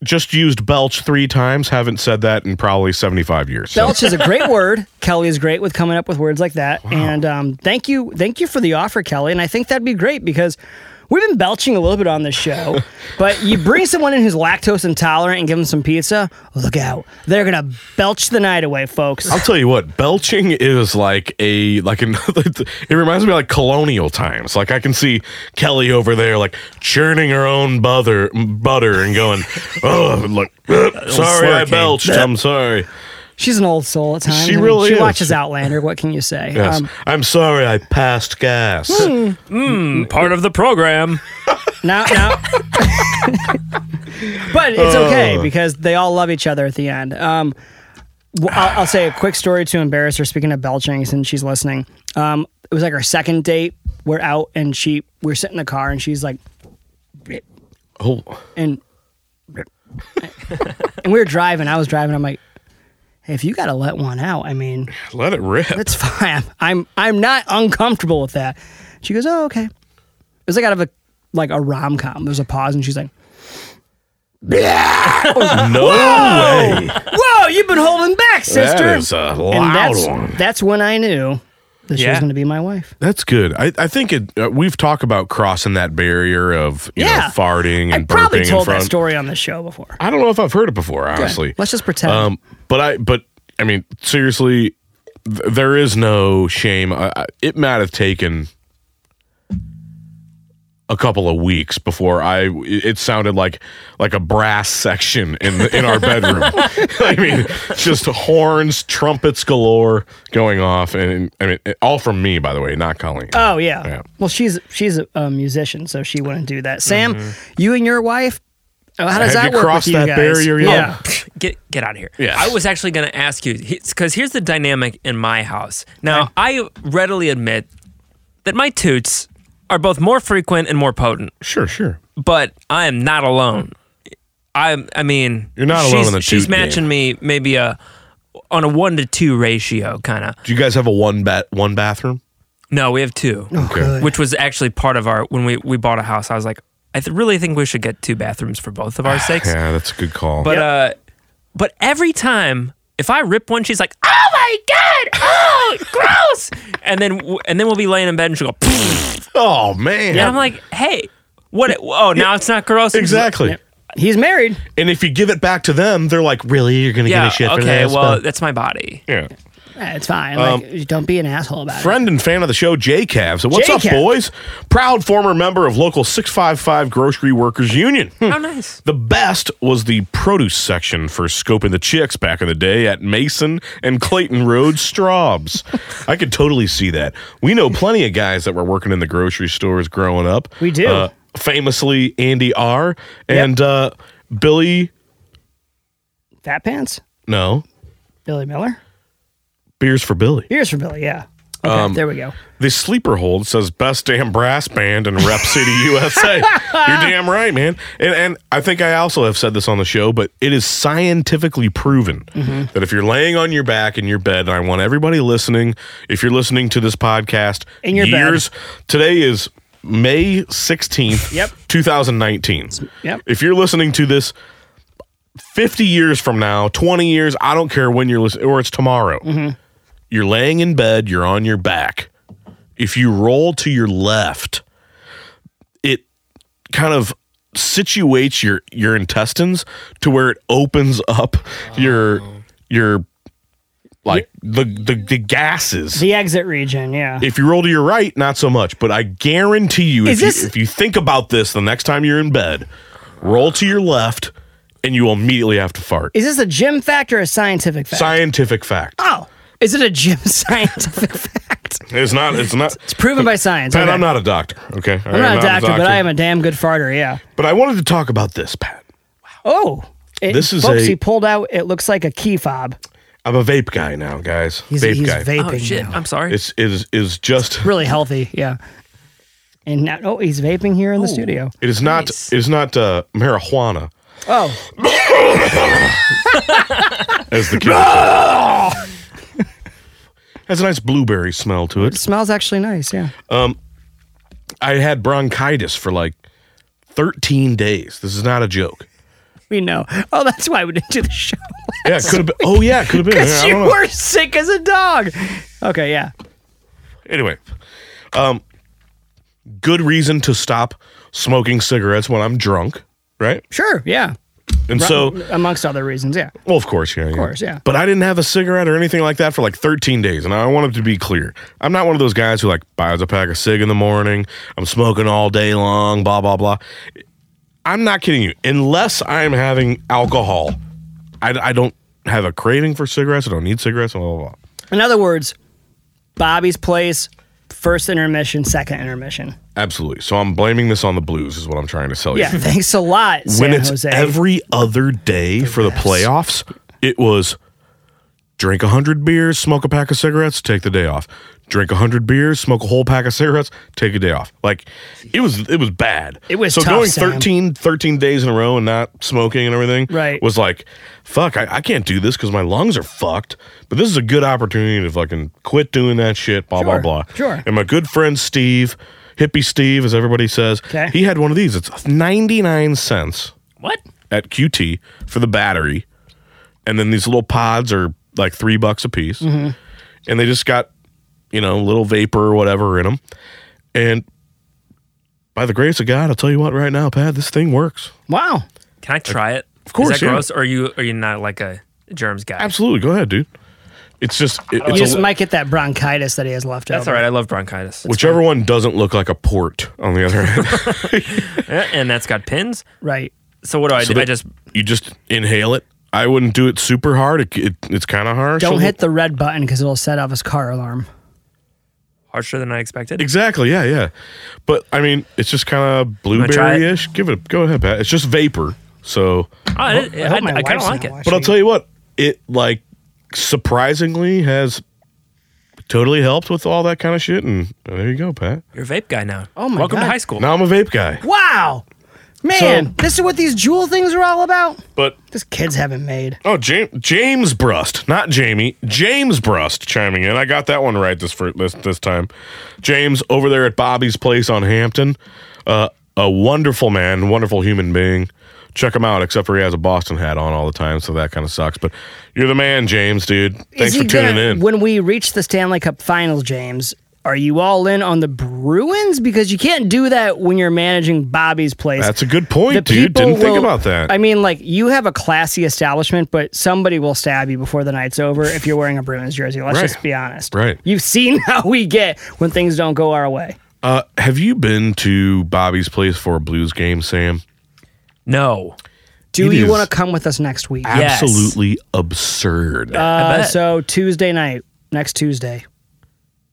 [SPEAKER 1] just used belch three times. Haven't said that in probably 75 years. So,
[SPEAKER 2] Belch is a great word. Kelly is great with coming up with words like that. And um, thank you, thank you for the offer, Kelly. And I think that'd be great because we've been belching a little bit on this show. but you bring someone in who's lactose intolerant and give them some pizza. Look out, they're gonna belch the night away, folks.
[SPEAKER 1] I'll tell you what, belching is like a like an it reminds me of like colonial times. Like I can see Kelly over there like churning her own butter butter and going, "Oh, look, sorry I
[SPEAKER 5] slurricane.
[SPEAKER 1] belched. I'm sorry."
[SPEAKER 2] She's an old soul at times.
[SPEAKER 1] She
[SPEAKER 2] I mean,
[SPEAKER 1] really
[SPEAKER 2] she
[SPEAKER 1] is.
[SPEAKER 2] watches Outlander. What can you say? Um,
[SPEAKER 1] Yes. Um, I'm sorry I passed gas.
[SPEAKER 2] Hmm.
[SPEAKER 5] Part of the program.
[SPEAKER 2] No, no. but it's okay because they all love each other at the end. Um, w- I'll, I'll say a quick story to embarrass her. Speaking of belching, since she's listening, um, it was like our second date. We're out and she we're sitting in the car and she's like,
[SPEAKER 1] Oh.
[SPEAKER 2] and and we were driving. I was driving. I'm like, hey, if you got to let one out, I mean,
[SPEAKER 1] Let it rip.
[SPEAKER 2] it's fine. I'm I'm not uncomfortable with that. She goes, oh okay. It was like out of a like a rom com. There's a pause and she's like.
[SPEAKER 1] no way.
[SPEAKER 2] Whoa, you've been holding back, sister.
[SPEAKER 1] is a loud
[SPEAKER 2] and that's,
[SPEAKER 1] one.
[SPEAKER 2] That's when I knew that she was
[SPEAKER 5] Yeah.
[SPEAKER 2] going to be my wife.
[SPEAKER 1] That's good. I, I think it, uh, we've talked about crossing that barrier of you know,
[SPEAKER 2] yeah,
[SPEAKER 1] farting
[SPEAKER 2] I
[SPEAKER 1] and
[SPEAKER 2] probably
[SPEAKER 1] burping in
[SPEAKER 2] told
[SPEAKER 1] front.
[SPEAKER 2] that story on the show before.
[SPEAKER 1] I don't know if I've heard it before, honestly.
[SPEAKER 2] Let's just pretend.
[SPEAKER 1] Um, but I, but I mean, seriously, th- there is no shame. I, I- it might have taken a couple of weeks before I. It sounded like like a brass section in the, in our bedroom. I mean, just horns, trumpets galore going off, and I mean, all from me, by the way, not Colleen.
[SPEAKER 5] Uh,
[SPEAKER 2] oh yeah.
[SPEAKER 1] yeah.
[SPEAKER 2] Well, she's she's a, a musician, so she wouldn't do that. Sam, you and your wife. oh, How does
[SPEAKER 1] Have
[SPEAKER 2] that
[SPEAKER 1] you
[SPEAKER 2] work
[SPEAKER 1] crossed
[SPEAKER 2] with you
[SPEAKER 1] that
[SPEAKER 2] guys?
[SPEAKER 1] barrier yet?
[SPEAKER 2] Yeah.
[SPEAKER 5] Get get out of here.
[SPEAKER 1] Yeah.
[SPEAKER 5] I was actually going to ask you because here's the dynamic in my house. Now I readily admit that my toots are both more frequent and more potent,
[SPEAKER 1] Sure, sure.
[SPEAKER 5] but I am not alone. I I mean,
[SPEAKER 1] You're not alone
[SPEAKER 5] she's-
[SPEAKER 1] in the
[SPEAKER 5] She's
[SPEAKER 1] toot game.
[SPEAKER 5] matching me maybe a on a one to two ratio kind of.
[SPEAKER 1] Do you guys have a one bat one bathroom?
[SPEAKER 5] No, we have two.
[SPEAKER 1] Okay.
[SPEAKER 5] which was actually part of our when we we bought a house. I was like, I th- really think we should get two bathrooms for both of our sakes.
[SPEAKER 1] Yeah, that's a good call.
[SPEAKER 5] But uh, but every time if I rip one, she's like, "Oh my god, oh gross!" and then w- and then we'll be laying in bed and she'll go, "Pfft."
[SPEAKER 1] oh man,
[SPEAKER 5] and I'm like, "Hey, what? Oh, now it's not gross."
[SPEAKER 1] exactly.
[SPEAKER 2] He's married.
[SPEAKER 1] And if you give it back to them, they're like, "Really, you're gonna
[SPEAKER 5] Yeah.
[SPEAKER 1] give a shit for
[SPEAKER 5] Okay.
[SPEAKER 1] this?"
[SPEAKER 5] Well,
[SPEAKER 1] But-
[SPEAKER 5] that's my body.
[SPEAKER 1] yeah.
[SPEAKER 2] Eh, It's fine. Like,
[SPEAKER 1] Um,
[SPEAKER 2] don't be an asshole about
[SPEAKER 1] Friend and fan of the show, J Cavs. What's up,
[SPEAKER 2] J-Cav.
[SPEAKER 1] boys? Proud former member of local 655 Grocery Workers Union. Hmm.
[SPEAKER 5] How Oh, nice.
[SPEAKER 1] The best was the produce section for scoping the chicks back in the day at Mason and Clayton Road Straubs. I could totally see that. We know plenty of guys that were working in the grocery stores growing up.
[SPEAKER 2] We do.
[SPEAKER 1] Uh, famously, Andy R. and uh, Billy.
[SPEAKER 2] it. Fat pants.
[SPEAKER 1] No,
[SPEAKER 2] Billy Miller.
[SPEAKER 1] beers for Billy.
[SPEAKER 2] Here's for Billy. Yeah. Okay,
[SPEAKER 1] Um,
[SPEAKER 2] there we go.
[SPEAKER 1] The sleeper hold says best damn brass band in Rep City, USA. You're damn right, man. And, and I think I also have said this on the show, but it is scientifically proven
[SPEAKER 2] Mm-hmm.
[SPEAKER 1] that if you're laying on your back in your bed, and I want everybody listening, if you're listening to this podcast,
[SPEAKER 2] In your bed.
[SPEAKER 1] years today is May 16th,
[SPEAKER 2] Yep.
[SPEAKER 1] 2019.
[SPEAKER 2] Yep.
[SPEAKER 1] If you're listening to this 50 years from now, 20 years, I don't care when you're listening, or it's tomorrow. You're laying in bed, you're on your back. If you roll to your left, it kind of situates your your intestines to where it opens up your your like the, the the gases.
[SPEAKER 2] The exit region. Yeah.
[SPEAKER 1] If you roll to your right, not so much, but I guarantee you if,
[SPEAKER 2] Is this-
[SPEAKER 1] you, if you think about this the next time you're in bed, roll to your left and you will immediately have to fart.
[SPEAKER 2] Is this a gym fact or a scientific fact?
[SPEAKER 1] Scientific fact.
[SPEAKER 2] oh. Is it a gym scientific fact?
[SPEAKER 1] It's not, it's not,
[SPEAKER 2] It's proven by science.
[SPEAKER 1] Pat,
[SPEAKER 2] okay.
[SPEAKER 1] I'm not a doctor, okay? All right,
[SPEAKER 2] I'm not a doctor, but I am a damn good farter. Yeah.
[SPEAKER 1] But I wanted to talk about this, Pat.
[SPEAKER 2] Oh, it,
[SPEAKER 1] This is
[SPEAKER 2] folks,
[SPEAKER 1] a-
[SPEAKER 2] he pulled out. It looks like a key fob.
[SPEAKER 1] I'm a vape guy now, guys.
[SPEAKER 2] He's,
[SPEAKER 1] vape
[SPEAKER 2] he's
[SPEAKER 1] guy.
[SPEAKER 2] vaping.
[SPEAKER 5] Oh shit.
[SPEAKER 2] now.
[SPEAKER 5] I'm sorry.
[SPEAKER 1] It's is is just
[SPEAKER 2] Really healthy. Yeah. And now, oh, he's vaping here in the studio.
[SPEAKER 1] it is not
[SPEAKER 5] Nice.
[SPEAKER 1] it is not uh, marijuana
[SPEAKER 2] Oh,
[SPEAKER 1] as the kids. say. has a nice blueberry smell to it.
[SPEAKER 2] smells actually nice. Yeah.
[SPEAKER 1] I had bronchitis for like 13 days. This is not a joke.
[SPEAKER 2] We know. Oh, that's why we didn't do the show.
[SPEAKER 1] Yeah, it could have been. Oh, yeah, it could have been. Yeah,
[SPEAKER 2] Because
[SPEAKER 1] I
[SPEAKER 2] you
[SPEAKER 1] don't know.
[SPEAKER 2] were sick as a dog. Okay, yeah.
[SPEAKER 1] Anyway, um, good reason to stop smoking cigarettes when I'm drunk, right?
[SPEAKER 2] Sure, yeah.
[SPEAKER 1] And so,
[SPEAKER 2] amongst other reasons, yeah.
[SPEAKER 1] well, of course, yeah. Of
[SPEAKER 2] course, yeah.
[SPEAKER 1] But I didn't have a cigarette or anything like that for like 13 days. And I want it to be clear. I'm not one of those guys who like buys a pack of cig in the morning. I'm smoking all day long, blah, blah, blah. I'm not kidding you. Unless I'm having alcohol, I, I don't have a craving for cigarettes. I don't need cigarettes, blah, blah, blah.
[SPEAKER 2] In other words, Bobby's place, first intermission, second intermission.
[SPEAKER 1] Absolutely. So I'm blaming this on the Blues, is what I'm trying to sell you.
[SPEAKER 2] Yeah, thanks a lot, San
[SPEAKER 1] when it's
[SPEAKER 2] Jose.
[SPEAKER 1] every other day for the playoffs, it was drink 100 beers, smoke a pack of cigarettes, take the day off. Drink 100 beers, smoke a whole pack of cigarettes, take a day off. Like it was it was bad.
[SPEAKER 2] It was
[SPEAKER 1] So
[SPEAKER 2] tough,
[SPEAKER 1] going
[SPEAKER 2] Sam.
[SPEAKER 1] 13 13 days in a row and not smoking and everything
[SPEAKER 2] Right.
[SPEAKER 1] was like fuck, I, I can't do this cuz my lungs are fucked. But this is a good opportunity to fucking quit doing that shit, blah
[SPEAKER 2] Sure,
[SPEAKER 1] blah blah.
[SPEAKER 2] sure.
[SPEAKER 1] And my good friend Steve, hippie Steve as everybody says,
[SPEAKER 2] Okay.
[SPEAKER 1] he had one of these. It's 99 cents
[SPEAKER 5] What?
[SPEAKER 1] at QT for the battery, and then these little pods are like three bucks a piece,
[SPEAKER 2] Mm-hmm.
[SPEAKER 1] and they just got you know little vapor or whatever in them. And by the grace of God, I'll tell you what, right now, Pat, this thing works.
[SPEAKER 2] wow.
[SPEAKER 5] Can I try it? Of
[SPEAKER 1] course,
[SPEAKER 5] Is that
[SPEAKER 1] yeah.
[SPEAKER 5] gross? Or are you are you not like a germs guy?
[SPEAKER 1] Absolutely, go ahead, dude. It's just it-
[SPEAKER 2] You
[SPEAKER 1] it's
[SPEAKER 2] just
[SPEAKER 1] a,
[SPEAKER 2] might get that bronchitis that he has left
[SPEAKER 5] That's all
[SPEAKER 2] over.
[SPEAKER 5] right. I love bronchitis.
[SPEAKER 1] whichever one doesn't look like a port on the other end.
[SPEAKER 5] Eh, and that's got pins.
[SPEAKER 2] Right.
[SPEAKER 5] So what do I
[SPEAKER 1] So
[SPEAKER 5] do? I
[SPEAKER 1] that-
[SPEAKER 5] just
[SPEAKER 1] you just inhale it. I wouldn't do it super hard. It, it, it's kind of harsh.
[SPEAKER 2] Don't
[SPEAKER 1] So-
[SPEAKER 2] hit the red button because it'll set off his car alarm.
[SPEAKER 5] harsher than I expected.
[SPEAKER 1] Exactly. Yeah. Yeah. But I mean, it's just kind of
[SPEAKER 5] gonna try it?
[SPEAKER 1] blueberry ish. Give it. A, go ahead, Pat. It's just vapor. So,
[SPEAKER 5] Oh, I, I,
[SPEAKER 2] hope my wife's
[SPEAKER 5] kind of like
[SPEAKER 2] not
[SPEAKER 5] it.
[SPEAKER 2] watching.
[SPEAKER 1] but I'll tell you what, it like surprisingly has totally helped with all that kind of shit. And there you go, Pat.
[SPEAKER 5] You're a vape guy now.
[SPEAKER 2] Oh my
[SPEAKER 5] Welcome
[SPEAKER 2] God.
[SPEAKER 5] to high school.
[SPEAKER 1] Now I'm a vape guy.
[SPEAKER 2] Wow. Man, this is what these jewel things are all about?
[SPEAKER 1] But
[SPEAKER 2] This kids haven't made.
[SPEAKER 1] oh, James, James Brust, not Jamie, James Brust chiming in. I got that one right this for this this time. James over there at Bobby's place on Hampton. Uh, a wonderful man, wonderful human being. Check him out, except for he has a Boston hat on all the time, so that kind of sucks. But you're the man, James, dude. Thanks
[SPEAKER 2] Is he
[SPEAKER 1] for tuning
[SPEAKER 2] gonna-
[SPEAKER 1] in.
[SPEAKER 2] When we reach the Stanley Cup Finals, James, are you all in on the Bruins? Because you can't do that when you're managing Bobby's place.
[SPEAKER 1] That's a good point, dude.
[SPEAKER 2] people
[SPEAKER 1] Didn't think
[SPEAKER 2] will-
[SPEAKER 1] about that.
[SPEAKER 2] I mean, like you have a classy establishment, but somebody will stab you before the night's over if you're wearing a Bruins jersey. Let's
[SPEAKER 1] Right.
[SPEAKER 2] just be honest.
[SPEAKER 1] Right.
[SPEAKER 2] You've seen how we get when things don't go our way.
[SPEAKER 1] uh, have you been to Bobby's place for a Blues game, Sam?
[SPEAKER 5] No.
[SPEAKER 2] Do
[SPEAKER 1] It
[SPEAKER 2] you
[SPEAKER 1] is-
[SPEAKER 2] want to come with us next week?
[SPEAKER 5] Yes.
[SPEAKER 1] Absolutely absurd.
[SPEAKER 5] I
[SPEAKER 2] Uh,
[SPEAKER 5] bet.
[SPEAKER 2] so Tuesday night, next Tuesday,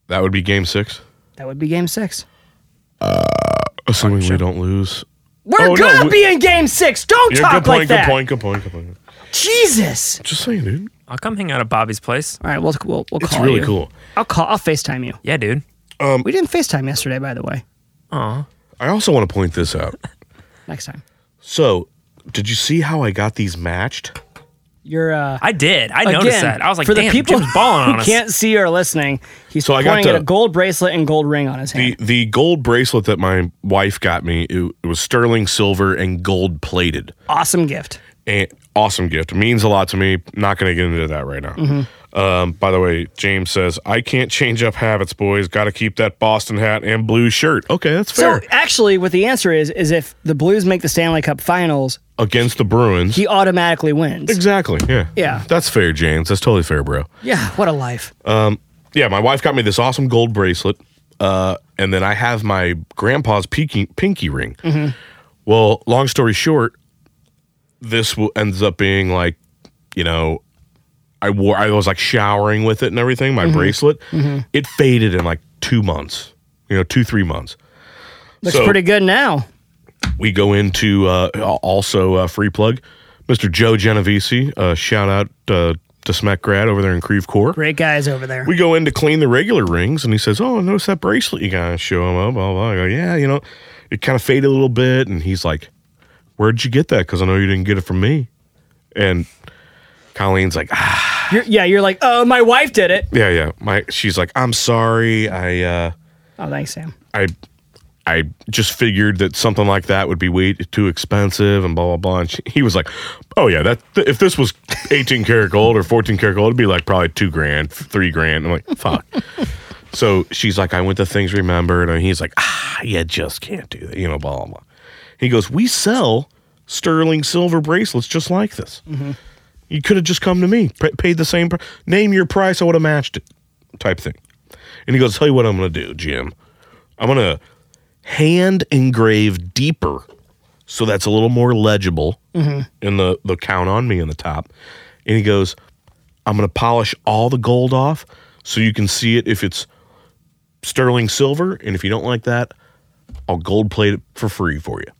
[SPEAKER 1] that would be game six,
[SPEAKER 2] that would be Game Six.
[SPEAKER 1] assuming we don't lose.
[SPEAKER 2] We're
[SPEAKER 1] Oh, no,
[SPEAKER 2] gonna
[SPEAKER 1] we-
[SPEAKER 2] be in Game Six. Don't
[SPEAKER 1] Yeah,
[SPEAKER 2] talk
[SPEAKER 1] good
[SPEAKER 2] like
[SPEAKER 1] point,
[SPEAKER 2] that.
[SPEAKER 1] good point, good point, good point.
[SPEAKER 2] Jesus.
[SPEAKER 1] Just saying, dude.
[SPEAKER 5] I'll come hang out at Bobby's place.
[SPEAKER 2] All right, we'll we'll, we'll
[SPEAKER 1] It's
[SPEAKER 2] call
[SPEAKER 1] really
[SPEAKER 2] you.
[SPEAKER 1] cool.
[SPEAKER 2] I'll call. I'll Facetime you.
[SPEAKER 5] Yeah, dude.
[SPEAKER 2] We didn't Facetime yesterday, by the way.
[SPEAKER 1] I also want to point this out.
[SPEAKER 2] Next time.
[SPEAKER 1] So, did you see how I got these matched?
[SPEAKER 2] You're uh,
[SPEAKER 5] I did. I
[SPEAKER 2] again,
[SPEAKER 5] noticed that. I was like,
[SPEAKER 2] for
[SPEAKER 5] damn,
[SPEAKER 2] the people
[SPEAKER 5] Jim's balling on
[SPEAKER 2] who
[SPEAKER 5] us.
[SPEAKER 2] can't see or listening, he's
[SPEAKER 1] So I got
[SPEAKER 2] pointing at
[SPEAKER 1] the-
[SPEAKER 2] a gold bracelet and gold ring on his hand.
[SPEAKER 1] The the gold bracelet that my wife got me, it, it was sterling silver and gold plated.
[SPEAKER 2] awesome gift.
[SPEAKER 1] And awesome gift. It means a lot to me. Not going to get into that right now. Um, by the way, James says, I can't change up habits, boys. Got to keep that Boston hat and blue shirt. Okay, that's fair.
[SPEAKER 2] So actually, what the answer is is if the Blues make the Stanley Cup Finals,
[SPEAKER 1] Against the Bruins.
[SPEAKER 2] he automatically wins.
[SPEAKER 1] exactly. Yeah.
[SPEAKER 2] Yeah.
[SPEAKER 1] That's fair, James. That's totally fair, bro.
[SPEAKER 2] Yeah, what a life.
[SPEAKER 1] Uh, yeah, my wife got me this awesome gold bracelet, uh, and then I have my grandpa's pinky, pinky ring. Well, long story short, this w- ends up being like, you know, I wore, I was like showering with it and everything. My bracelet, it faded in like two months, you know, two three months.
[SPEAKER 2] Looks
[SPEAKER 1] so-
[SPEAKER 2] pretty good now.
[SPEAKER 1] We go into uh, al- also uh, free plug, Mr. Joe Genovese. Uh, shout out uh, to Smack Grad over there in Creve Corps.
[SPEAKER 2] Great guys over there.
[SPEAKER 1] We go in to clean the regular rings, and he says, "Oh, I noticed that bracelet you guys show him up." Blah, blah. I go, "Yeah, you know, it kind of faded a little bit." And he's like, "Where'd you get that? Because I know you didn't get it from me." And Colleen's like, "Ah,
[SPEAKER 2] You're, yeah, you're like, oh, my wife did it.
[SPEAKER 1] Yeah, yeah. My she's like, I'm sorry. I uh
[SPEAKER 2] Oh, thanks, Sam.
[SPEAKER 1] I I just figured that something like that would be way too expensive and blah blah blah. And she, he was like, "Oh yeah, that th- if this was 18 karat gold or 14 karat gold, it'd be like probably two grand, three grand." I'm like, "Fuck." so she's like, "I went to Things Remembered," and he's like, "Ah, you just can't do that," you know, blah blah blah. He goes, "We sell sterling silver bracelets just like this. You could have just come to me, pa- paid the same, pr- name your price, I would have matched it, type thing." And he goes, "Tell you what I'm gonna do, Jim." I'm gonna hand engrave deeper, so that's a little more legible in the the count on me in the top. And he goes, I'm gonna polish all the gold off, so you can see it if it's sterling silver, and if you don't like that, I'll gold plate it for free for you.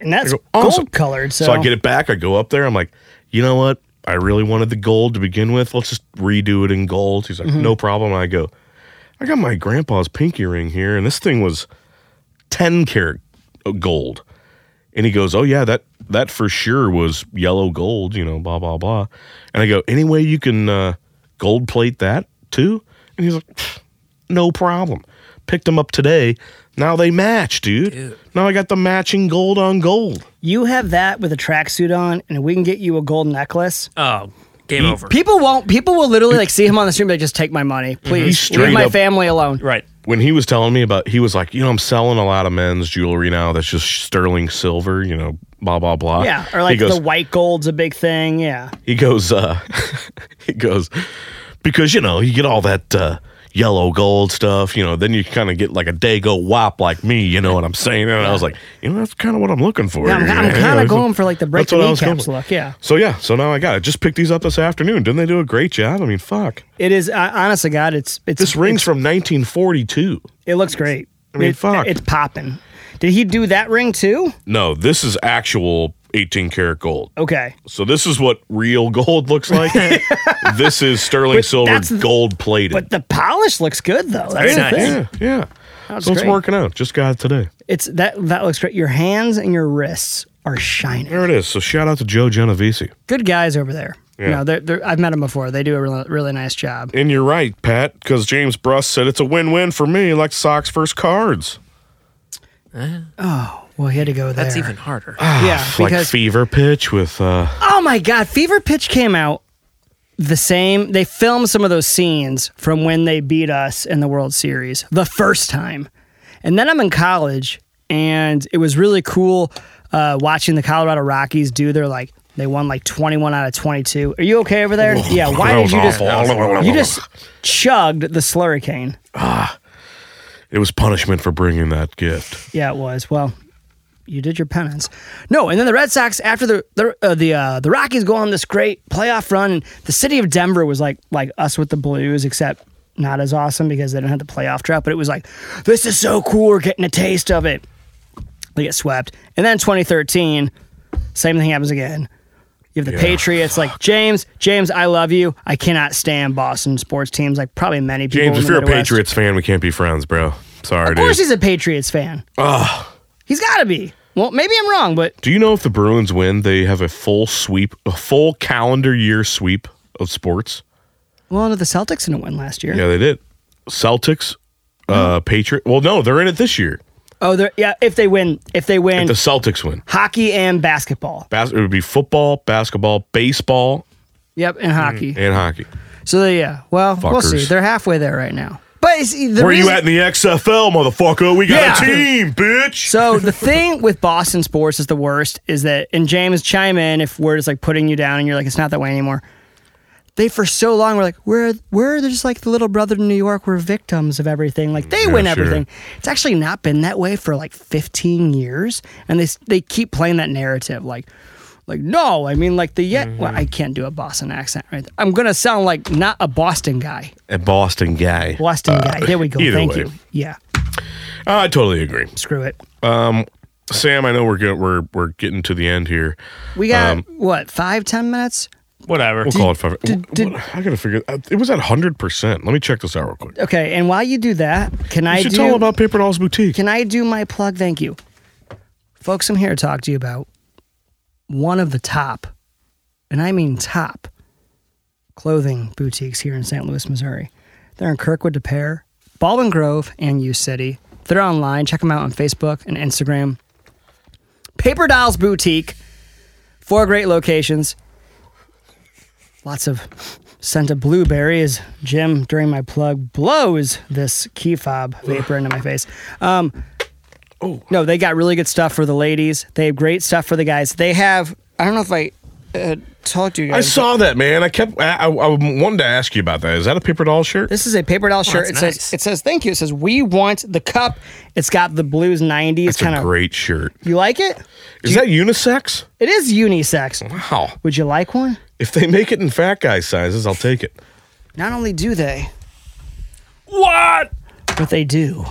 [SPEAKER 2] And that's
[SPEAKER 1] go, "Awesome."
[SPEAKER 2] gold colored. So,
[SPEAKER 1] So I get it back. I go up there. I'm like, you know what? I really wanted the gold to begin with. Let's just redo it in gold. He's like, no problem. And I go, I got my grandpa's pinky ring here, and this thing was 10 karat gold. And he goes, oh yeah, that that for sure was yellow gold. You know, blah blah blah. And I go, any way you can uh, gold plate that too? And he's like, "Pfft, no problem. Picked them up today. Now they match, dude. Now I got the matching gold on gold.
[SPEAKER 2] You have that with a tracksuit on, and we can get you a gold necklace.
[SPEAKER 5] Oh, game over.
[SPEAKER 2] People won't. People will literally like see him on the stream. They just take my money, please.
[SPEAKER 1] Mhm. Straight
[SPEAKER 2] Leave my
[SPEAKER 1] up-
[SPEAKER 2] family alone.
[SPEAKER 5] right.
[SPEAKER 1] when he was telling me about he was like you know i'm selling a lot of men's jewelry now that's just sterling silver you know blah blah blah
[SPEAKER 2] Yeah, or
[SPEAKER 1] he
[SPEAKER 2] like
[SPEAKER 1] goes
[SPEAKER 2] the white gold's a big thing. Yeah,
[SPEAKER 1] he goes uh he goes because you know you get all that uh yellow gold stuff you know then you kind of get like a dago wop like me you know what i'm saying and i was like you know that's kind of what i'm looking for
[SPEAKER 2] Yeah, I'm-
[SPEAKER 1] here,
[SPEAKER 2] I'm
[SPEAKER 1] you know,
[SPEAKER 2] kinda
[SPEAKER 1] so-
[SPEAKER 2] going for, like, the break
[SPEAKER 1] that's what
[SPEAKER 2] the
[SPEAKER 1] I was
[SPEAKER 2] kneecaps
[SPEAKER 1] going for.
[SPEAKER 2] look, yeah.
[SPEAKER 1] so yeah so now i got it just picked these up this afternoon didn't they do a great job i mean fuck
[SPEAKER 2] it is. Uh, honest to God, it's it's
[SPEAKER 1] this rings from 1942
[SPEAKER 2] It looks great.
[SPEAKER 1] I mean,
[SPEAKER 2] It-
[SPEAKER 1] fuck.
[SPEAKER 2] it's popping. Did he do that ring too?
[SPEAKER 1] no this is actual 18 karat gold
[SPEAKER 2] Okay.
[SPEAKER 1] So this is what real gold looks like. this is sterling silver
[SPEAKER 2] that's the-
[SPEAKER 1] gold plated.
[SPEAKER 2] But the polish looks good though. That's
[SPEAKER 5] very
[SPEAKER 2] the
[SPEAKER 5] nice.
[SPEAKER 2] thing.
[SPEAKER 1] yeah, yeah. So it's
[SPEAKER 2] great.
[SPEAKER 1] working out. Just got it today.
[SPEAKER 2] It's that that looks great. Your hands and your wrists are shining.
[SPEAKER 1] There it is. So shout out to Joe Genovese.
[SPEAKER 2] Good guys over there.
[SPEAKER 1] Yeah.
[SPEAKER 2] You know, they're, they're, I've met them before. They do a really, really nice job.
[SPEAKER 1] And you're right, Pat, because James Bruss said it's a win-win for me, like Sox first cards.
[SPEAKER 2] Oh, Well, he had to go there. Ah.
[SPEAKER 5] That's even harder.
[SPEAKER 2] yeah
[SPEAKER 1] like
[SPEAKER 2] because
[SPEAKER 1] fever pitch with uh
[SPEAKER 2] oh my god, Fever Pitch came out the same. They filmed some of those scenes from when they beat us in the World Series the first time, and then I'm in college, and it was really cool uh, watching the Colorado Rockies do their like. They won like 21 out of 22. Are you okay over there? yeah. Why
[SPEAKER 1] Oh, that was
[SPEAKER 2] did you just
[SPEAKER 1] awful.
[SPEAKER 2] you just chugged the slurricane?
[SPEAKER 1] it was punishment for bringing that gift.
[SPEAKER 2] Yeah, it was. Well, you did your penance. No, and then the Red Sox after the the uh, the, uh, the Rockies go on this great playoff run. And the city of Denver was like like us with the Blues, except not as awesome because they didn't have the playoff drought. But it was like this is so cool. We're getting a taste of it. They get swept, and then 2013, same thing happens again. You have the Patriots, like James. James, I love you. I cannot stand Boston sports teams. Like probably many people.
[SPEAKER 1] James,
[SPEAKER 2] in
[SPEAKER 1] if
[SPEAKER 2] the
[SPEAKER 1] you're a
[SPEAKER 2] Midwest.
[SPEAKER 1] Patriots fan, we can't be friends, bro. Sorry,
[SPEAKER 2] Of course,
[SPEAKER 1] dude.
[SPEAKER 2] he's a Patriots fan. He's got to be. Well, maybe I'm wrong, but
[SPEAKER 1] Do you know if the Bruins win, they have a full sweep, a full calendar year sweep of sports?
[SPEAKER 2] well, no, the Celtics didn't win last year.
[SPEAKER 1] Yeah, they did. Celtics, uh, Patriot. Well, no, they're in it this year.
[SPEAKER 2] Oh, they're, yeah. If they win, if they win
[SPEAKER 1] The Celtics win.
[SPEAKER 2] hockey and basketball.
[SPEAKER 1] Bas- it would be football, basketball, baseball,
[SPEAKER 2] Yep, and hockey.
[SPEAKER 1] and hockey.
[SPEAKER 2] So they- yeah. Well, we'll see.
[SPEAKER 1] Mm, Fuckers.
[SPEAKER 2] They're halfway there right now. But it's, the
[SPEAKER 1] Where you
[SPEAKER 2] reason-
[SPEAKER 1] at in the XFL, motherfucker? We got a
[SPEAKER 2] Yeah.
[SPEAKER 1] team, bitch.
[SPEAKER 2] So the thing with Boston sports is the worst is that, and James, chime in if we're just like putting you down and you're like, it's not that way anymore. They for so long were like, we're we're just like the little brother to New York. We're victims of everything. Like they win
[SPEAKER 1] sure.
[SPEAKER 2] everything. It's actually not been that way for like 15 years, and they s- they keep playing that narrative. Like, like no, I mean like the yet. Well,
[SPEAKER 1] Mm-hmm.
[SPEAKER 2] I can't do a Boston accent right. There. I'm gonna sound like not a Boston guy.
[SPEAKER 1] A Boston guy.
[SPEAKER 2] Boston guy. There we go.
[SPEAKER 1] Uh, either
[SPEAKER 2] Thank
[SPEAKER 1] way.
[SPEAKER 2] you. Yeah.
[SPEAKER 1] I totally agree.
[SPEAKER 2] Screw it.
[SPEAKER 1] Sam, I know we're get, we're we're getting to the end here.
[SPEAKER 2] We
[SPEAKER 1] Um,
[SPEAKER 2] got what five ten minutes.
[SPEAKER 5] Whatever.
[SPEAKER 1] We'll call it five.
[SPEAKER 2] did- did-
[SPEAKER 1] I gotta figure. uh, It was at hundred percent. Let me check this out real quick.
[SPEAKER 2] Okay, and while you do that, can I
[SPEAKER 1] You should
[SPEAKER 2] do
[SPEAKER 1] tell about Paper Dolls Boutique.
[SPEAKER 2] can I do my plug? Thank you. Folks, I'm here to talk to you about one of the top, and I mean top, clothing boutiques here in St. Louis, Missouri. They're in Kirkwood De Pere, Baldwin Grove, and U City. They're online. Check them out on Facebook and Instagram. Paper Dolls Boutique. Four great locations. Lots of scent of blueberries. Jim, during my plug, blows this key fob vapor into my face. Um,
[SPEAKER 1] Oh.
[SPEAKER 2] no, they got really good stuff for the ladies. They have great stuff for the guys. They have. I don't know if I uh, told you
[SPEAKER 1] I
[SPEAKER 2] guys.
[SPEAKER 1] saw that, man. I kept. I, I, I wanted to ask you about that. Is that a paper doll shirt?
[SPEAKER 2] This is a paper
[SPEAKER 1] Oh,
[SPEAKER 2] doll shirt. It
[SPEAKER 5] that's
[SPEAKER 2] says
[SPEAKER 5] nice.
[SPEAKER 2] it says thank you. It says we want the cup. It's got the blues ninety. It's
[SPEAKER 1] It's
[SPEAKER 2] kind
[SPEAKER 1] a
[SPEAKER 2] of
[SPEAKER 1] great shirt.
[SPEAKER 2] you like it?
[SPEAKER 1] Is that unisex?
[SPEAKER 2] It is unisex.
[SPEAKER 1] Wow.
[SPEAKER 2] Would you like one?
[SPEAKER 1] If they make it in fat guy sizes, I'll take it.
[SPEAKER 2] Not only do they,
[SPEAKER 5] What?
[SPEAKER 2] but they do.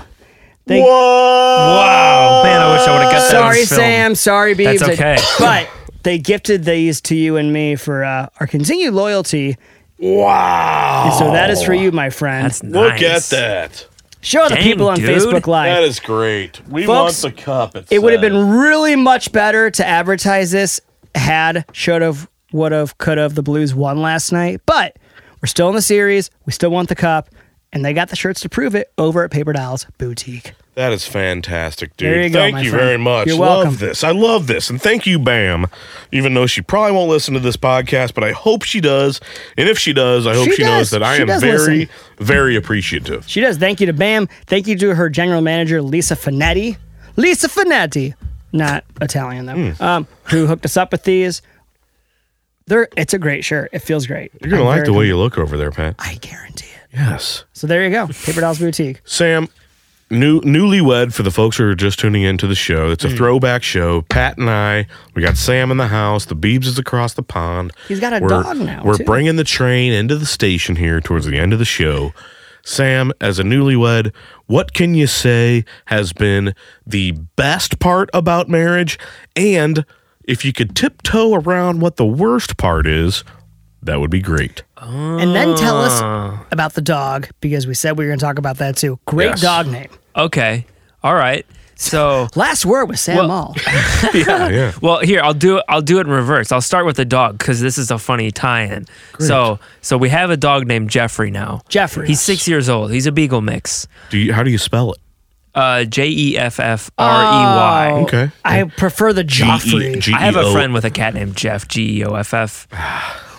[SPEAKER 5] Wow, man! I wish I would have got that. on
[SPEAKER 2] oh. Sorry,
[SPEAKER 5] film.
[SPEAKER 2] Sam. Sorry, Beebs.
[SPEAKER 5] That's okay.
[SPEAKER 2] but they gifted these to you and me for uh, our continued loyalty.
[SPEAKER 1] Wow.
[SPEAKER 2] And so that is for you, my friend.
[SPEAKER 5] Oh. That's
[SPEAKER 1] Look
[SPEAKER 5] nice.
[SPEAKER 1] at that.
[SPEAKER 2] Show the
[SPEAKER 5] Dang,
[SPEAKER 2] people on
[SPEAKER 5] dude.
[SPEAKER 2] Facebook Live.
[SPEAKER 1] That is great. We
[SPEAKER 2] Folks,
[SPEAKER 1] want the cup.
[SPEAKER 2] it would have
[SPEAKER 1] says.
[SPEAKER 2] been really much better to advertise this had should have would have could have the blues won last night but we're still in the series we still want the cup and they got the shirts to prove it over at paper dolls boutique
[SPEAKER 1] That is fantastic, dude.
[SPEAKER 2] There you go,
[SPEAKER 1] thank
[SPEAKER 2] my
[SPEAKER 1] you
[SPEAKER 2] friend.
[SPEAKER 1] very much.
[SPEAKER 2] You're
[SPEAKER 1] love
[SPEAKER 2] welcome.
[SPEAKER 1] this. I love this. And thank you, Bam. Even though she probably won't listen to this podcast, but I hope she does. And if she does, I hope
[SPEAKER 2] She
[SPEAKER 1] she, knows
[SPEAKER 2] does.
[SPEAKER 1] that I
[SPEAKER 2] She
[SPEAKER 1] am
[SPEAKER 2] does
[SPEAKER 1] very,
[SPEAKER 2] listen.
[SPEAKER 1] very appreciative.
[SPEAKER 2] she does thank you to bam thank you to her general manager lisa finetti lisa finetti not italian though
[SPEAKER 1] Hmm.
[SPEAKER 2] um, who hooked us up with these they're, it's a great shirt it feels great
[SPEAKER 1] You're going to
[SPEAKER 2] I'm
[SPEAKER 1] like
[SPEAKER 2] very
[SPEAKER 1] the way
[SPEAKER 2] com-
[SPEAKER 1] you look over there, Pat.
[SPEAKER 2] i guarantee it
[SPEAKER 1] Yes.
[SPEAKER 2] so there you go paper dolls boutique
[SPEAKER 1] Sam, new newlywed for the folks who are just tuning into the show. It's a
[SPEAKER 2] Hmm.
[SPEAKER 1] throwback show. Pat and I, we got Sam in the house. The Beebs is across the pond.
[SPEAKER 2] He's got a
[SPEAKER 1] we're,
[SPEAKER 2] dog now,
[SPEAKER 1] We're
[SPEAKER 2] too.
[SPEAKER 1] bringing the train into the station here towards the end of the show. Sam, as a newlywed, what can you say has been the best part about marriage? And if you could tiptoe around what the worst part is, that would be great.
[SPEAKER 2] and then tell us about the dog because we said we were going to talk about that too. Great
[SPEAKER 1] Ah. Yes.
[SPEAKER 2] dog name.
[SPEAKER 5] Okay. All right. So,
[SPEAKER 2] Last word was Sam
[SPEAKER 5] Well-
[SPEAKER 2] Mall.
[SPEAKER 1] yeah, yeah.
[SPEAKER 5] well, here I'll do it. I'll do it in reverse. I'll start with the dog because this is a funny tie-in. So, so we have a dog named Jeffrey now.
[SPEAKER 2] Jeffrey.
[SPEAKER 5] He's six years old. He's a Beagle mix.
[SPEAKER 1] Do you, how do you spell it?
[SPEAKER 5] Uh, J E F F R E Y.
[SPEAKER 1] Okay.
[SPEAKER 2] I prefer the Joffrey.
[SPEAKER 1] G E
[SPEAKER 5] I have
[SPEAKER 1] O-
[SPEAKER 5] a friend with a cat named Jeff. G E O F F.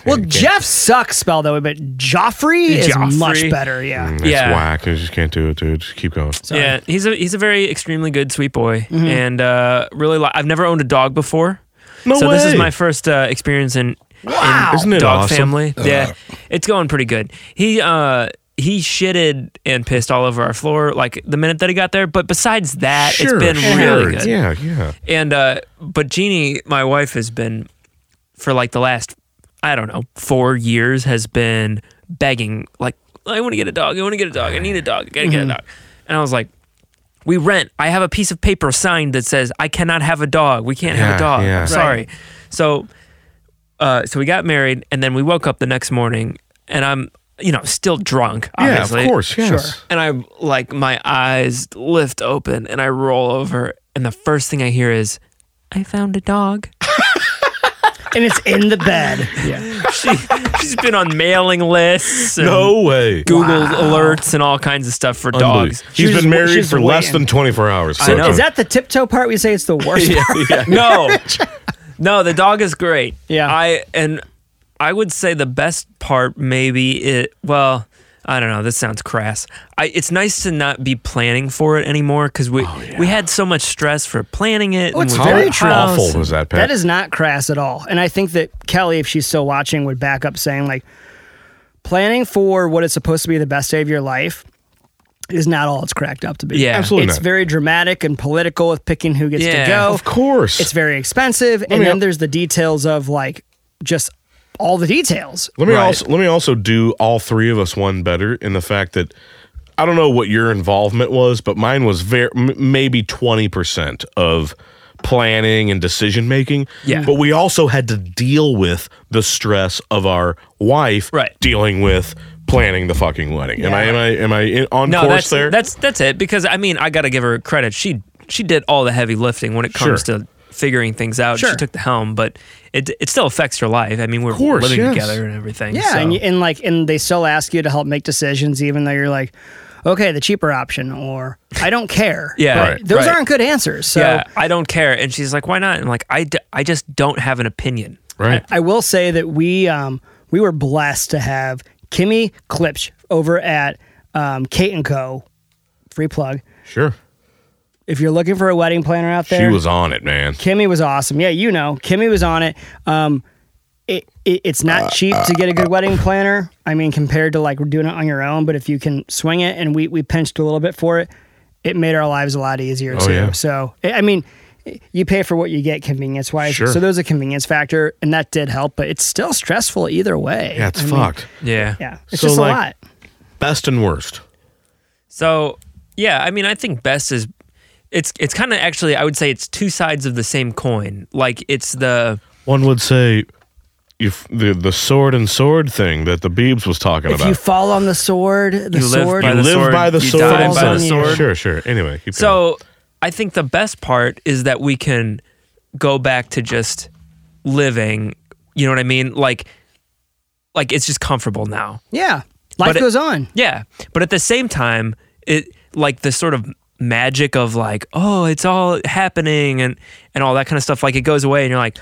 [SPEAKER 2] well, Jeff sucks spelled that way, but Joffrey is
[SPEAKER 5] Joffrey.
[SPEAKER 2] much better. Yeah.
[SPEAKER 1] That's
[SPEAKER 5] Yeah.
[SPEAKER 1] whack. I just can't do it, dude. Just keep going.
[SPEAKER 5] Yeah, he's a he's a very extremely good sweet boy,
[SPEAKER 1] Mm-hmm.
[SPEAKER 5] and uh, really li- I've never owned a dog before.
[SPEAKER 1] No
[SPEAKER 5] so this is
[SPEAKER 1] way.
[SPEAKER 5] my first uh, experience in, in
[SPEAKER 1] Isn't it
[SPEAKER 5] dog
[SPEAKER 1] awesome? Uh.
[SPEAKER 5] family. Yeah, it's going pretty good. He uh he shitted and pissed all over our floor like the minute that he got there. But besides that, it's been really good.
[SPEAKER 1] Yeah, yeah.
[SPEAKER 5] And uh, but Jeannie, my wife, has been for like the last I don't know four years has been begging like I want to get a dog. I want to get a dog. I need a dog. I gotta get
[SPEAKER 1] Mm-hmm.
[SPEAKER 5] a dog. And I was like, we rent. I have a piece of paper signed that says I cannot have a dog. We can't have
[SPEAKER 1] Yeah,
[SPEAKER 5] a dog.
[SPEAKER 1] yeah.
[SPEAKER 5] I'm sorry. So, uh, so we got married, and then we woke up the next morning, and I'm you know still drunk. Obviously
[SPEAKER 1] yeah, of course. Yes.
[SPEAKER 5] and I'm like, my eyes lift open and I roll over, and the first thing I hear is, I found a dog.
[SPEAKER 1] Hmm.
[SPEAKER 2] And it's in the bed. yeah.
[SPEAKER 5] She, she's been on mailing lists and
[SPEAKER 1] No way.
[SPEAKER 5] Google alerts and all kinds of stuff for dogs.
[SPEAKER 1] Unbelievable.
[SPEAKER 2] She
[SPEAKER 1] He's
[SPEAKER 2] was-
[SPEAKER 1] been
[SPEAKER 2] she
[SPEAKER 1] married
[SPEAKER 2] was
[SPEAKER 1] for less
[SPEAKER 2] waiting.
[SPEAKER 1] than 24 hours.
[SPEAKER 5] I know.
[SPEAKER 2] Is that the tiptoe part we say it's the worst part?
[SPEAKER 5] No, no, the dog is great.
[SPEAKER 2] Yeah.
[SPEAKER 5] I and I would say the best part maybe it. Well, I don't know. This sounds crass. I it's nice to not be planning for it anymore because we we had so much stress for planning it.
[SPEAKER 2] Oh,
[SPEAKER 5] and
[SPEAKER 2] it's
[SPEAKER 5] we
[SPEAKER 1] How
[SPEAKER 5] bought
[SPEAKER 2] very
[SPEAKER 5] a
[SPEAKER 2] true.
[SPEAKER 5] house
[SPEAKER 1] awful was that, Pat?
[SPEAKER 2] That is not crass at all. And I think that Kelly, if she's still watching, would back up saying, like, planning for what is supposed to be the best day of your life is not all it's cracked up to be.
[SPEAKER 5] Yeah.
[SPEAKER 1] Absolutely
[SPEAKER 2] It's
[SPEAKER 1] not.
[SPEAKER 2] very dramatic and political with picking who gets
[SPEAKER 5] Yeah.
[SPEAKER 2] to go.
[SPEAKER 1] of course.
[SPEAKER 2] It's very expensive. and
[SPEAKER 1] me-
[SPEAKER 2] then there's the details of, like, just all the details.
[SPEAKER 1] Let me
[SPEAKER 5] Right.
[SPEAKER 1] also let me also do all three of us one better in the fact that I don't know what your involvement was, but mine was very m- maybe twenty percent of planning and decision making.
[SPEAKER 5] Yeah.
[SPEAKER 1] but we also had to deal with the stress of our wife
[SPEAKER 5] Right.
[SPEAKER 1] dealing with planning the fucking wedding. Am I am I am I in, on
[SPEAKER 5] No,
[SPEAKER 1] course
[SPEAKER 5] that's
[SPEAKER 1] there?
[SPEAKER 5] that's that's it. Because I mean, I gotta give her credit. She she did all the heavy lifting when it comes
[SPEAKER 1] Sure.
[SPEAKER 5] to figuring things out.
[SPEAKER 2] Sure.
[SPEAKER 5] She took the helm, but it it still affects her life. I mean, we're
[SPEAKER 1] course,
[SPEAKER 5] living
[SPEAKER 1] yes.
[SPEAKER 5] together and everything.
[SPEAKER 2] Yeah,
[SPEAKER 5] so.
[SPEAKER 2] and, you- and like, and they still ask you to help make decisions, even though you're like, okay, the cheaper option, or I don't care.
[SPEAKER 5] Yeah,
[SPEAKER 2] But
[SPEAKER 5] Right.
[SPEAKER 2] those
[SPEAKER 5] right.
[SPEAKER 2] aren't good answers. So
[SPEAKER 5] yeah, I don't care. And she's like, why not? And like, I, d- I just don't have an opinion.
[SPEAKER 1] Right.
[SPEAKER 2] I will say that we um, we were blessed to have Kimmy Klipsch over at um, Kate and Co. Free plug.
[SPEAKER 1] Sure.
[SPEAKER 2] If you're looking for a wedding planner out
[SPEAKER 1] She
[SPEAKER 2] there,
[SPEAKER 1] was on it, man.
[SPEAKER 2] Kimmy was awesome. Yeah, you know, Kimmy was on it. Um, it, it it's not cheap to get a good wedding planner. I mean, compared to like doing it on your own, but if you can swing it, and we we pinched a little bit for it, it made our lives a lot easier too.
[SPEAKER 1] Oh, yeah.
[SPEAKER 2] So I I mean, you pay for what you get convenience wise.
[SPEAKER 1] Sure.
[SPEAKER 2] So there's a convenience factor, and that did help, but it's still stressful either way.
[SPEAKER 1] Yeah, it's
[SPEAKER 2] I mean,
[SPEAKER 1] fucked.
[SPEAKER 5] Yeah.
[SPEAKER 2] yeah, it's
[SPEAKER 1] So,
[SPEAKER 2] just a
[SPEAKER 1] like-
[SPEAKER 2] lot.
[SPEAKER 1] Best and worst.
[SPEAKER 5] So, yeah, I mean, I think best is it's it's kind of actually I would say it's two sides of the same coin. Like it's the
[SPEAKER 1] One would say if the the sword and sword thing that the Beebs was talking
[SPEAKER 2] If
[SPEAKER 1] about.
[SPEAKER 2] you fall on the sword, the
[SPEAKER 5] You live
[SPEAKER 2] sword.
[SPEAKER 5] by
[SPEAKER 1] You
[SPEAKER 5] the
[SPEAKER 1] live
[SPEAKER 5] sword,
[SPEAKER 1] by the
[SPEAKER 5] you
[SPEAKER 1] sword.
[SPEAKER 5] die
[SPEAKER 1] and
[SPEAKER 2] by
[SPEAKER 1] so-
[SPEAKER 2] the sword.
[SPEAKER 1] Sure, sure. Anyway, keep going.
[SPEAKER 5] so I think the best part is that we can go back to just living. You know what I mean? Like like it's just comfortable now.
[SPEAKER 2] yeah, life
[SPEAKER 5] But it-
[SPEAKER 2] goes on.
[SPEAKER 5] Yeah, but at the same time, it like the sort of magic of like, oh, it's all happening and and all that kind of stuff. Like it goes away, and you're like,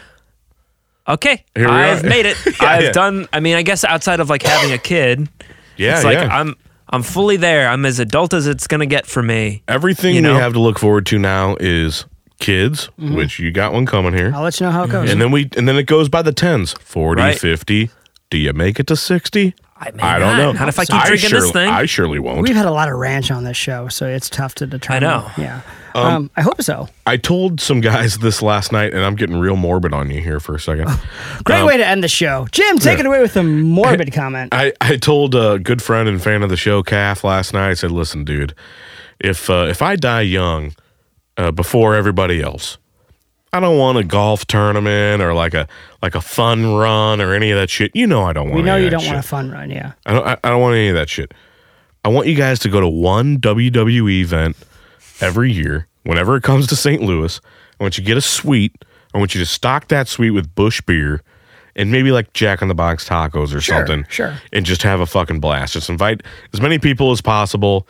[SPEAKER 5] okay,
[SPEAKER 1] Here we are.
[SPEAKER 5] I've made it.
[SPEAKER 1] Yeah,
[SPEAKER 5] I've
[SPEAKER 1] yeah.
[SPEAKER 5] done. I mean, I guess outside of like having a kid,
[SPEAKER 1] yeah,
[SPEAKER 5] it's like
[SPEAKER 1] yeah.
[SPEAKER 5] I'm I'm fully there. I'm as adult as it's gonna get for me.
[SPEAKER 1] Everything
[SPEAKER 5] you know?
[SPEAKER 1] we have to look forward to now is kids, which you got one coming here.
[SPEAKER 2] I'll let you know how it goes.
[SPEAKER 1] and then we and then it goes by the tens 40
[SPEAKER 5] Right.
[SPEAKER 1] 50 do you make it to 60
[SPEAKER 5] I may
[SPEAKER 1] don't
[SPEAKER 5] not.
[SPEAKER 1] know
[SPEAKER 5] Not if I keep
[SPEAKER 1] I
[SPEAKER 5] drinking
[SPEAKER 1] surely,
[SPEAKER 5] this thing.
[SPEAKER 1] i surely won't
[SPEAKER 2] We've had a lot of ranch on this show, so it's tough to determine.
[SPEAKER 5] know.
[SPEAKER 2] Yeah. Um, I hope so.
[SPEAKER 1] i told some guys this last night and i'm getting real morbid on you here for a second
[SPEAKER 2] Great
[SPEAKER 5] um,
[SPEAKER 2] way to end the show. Jim, take
[SPEAKER 1] yeah.
[SPEAKER 2] it away with a morbid comment.
[SPEAKER 5] Uh,
[SPEAKER 1] I, I told a good friend and fan of the show, Calf, last night. I said, "Listen, dude, if uh, if I die young, uh, before everybody else, I don't want a golf tournament or like a like a fun run or any of that shit. You know, I don't want.
[SPEAKER 2] we know
[SPEAKER 1] any
[SPEAKER 2] you
[SPEAKER 1] of that
[SPEAKER 2] don't
[SPEAKER 1] shit.
[SPEAKER 2] want a fun run, yeah.
[SPEAKER 1] I don't, I, I don't want any of that shit. I want you guys to go to one WWE event every year, whenever it comes to St. Louis. I want you to get a suite. I want you to stock that suite with Bush beer and maybe like Jack in the Box tacos or something.
[SPEAKER 2] sure.
[SPEAKER 1] And just have a fucking blast. Just invite as many people as possible.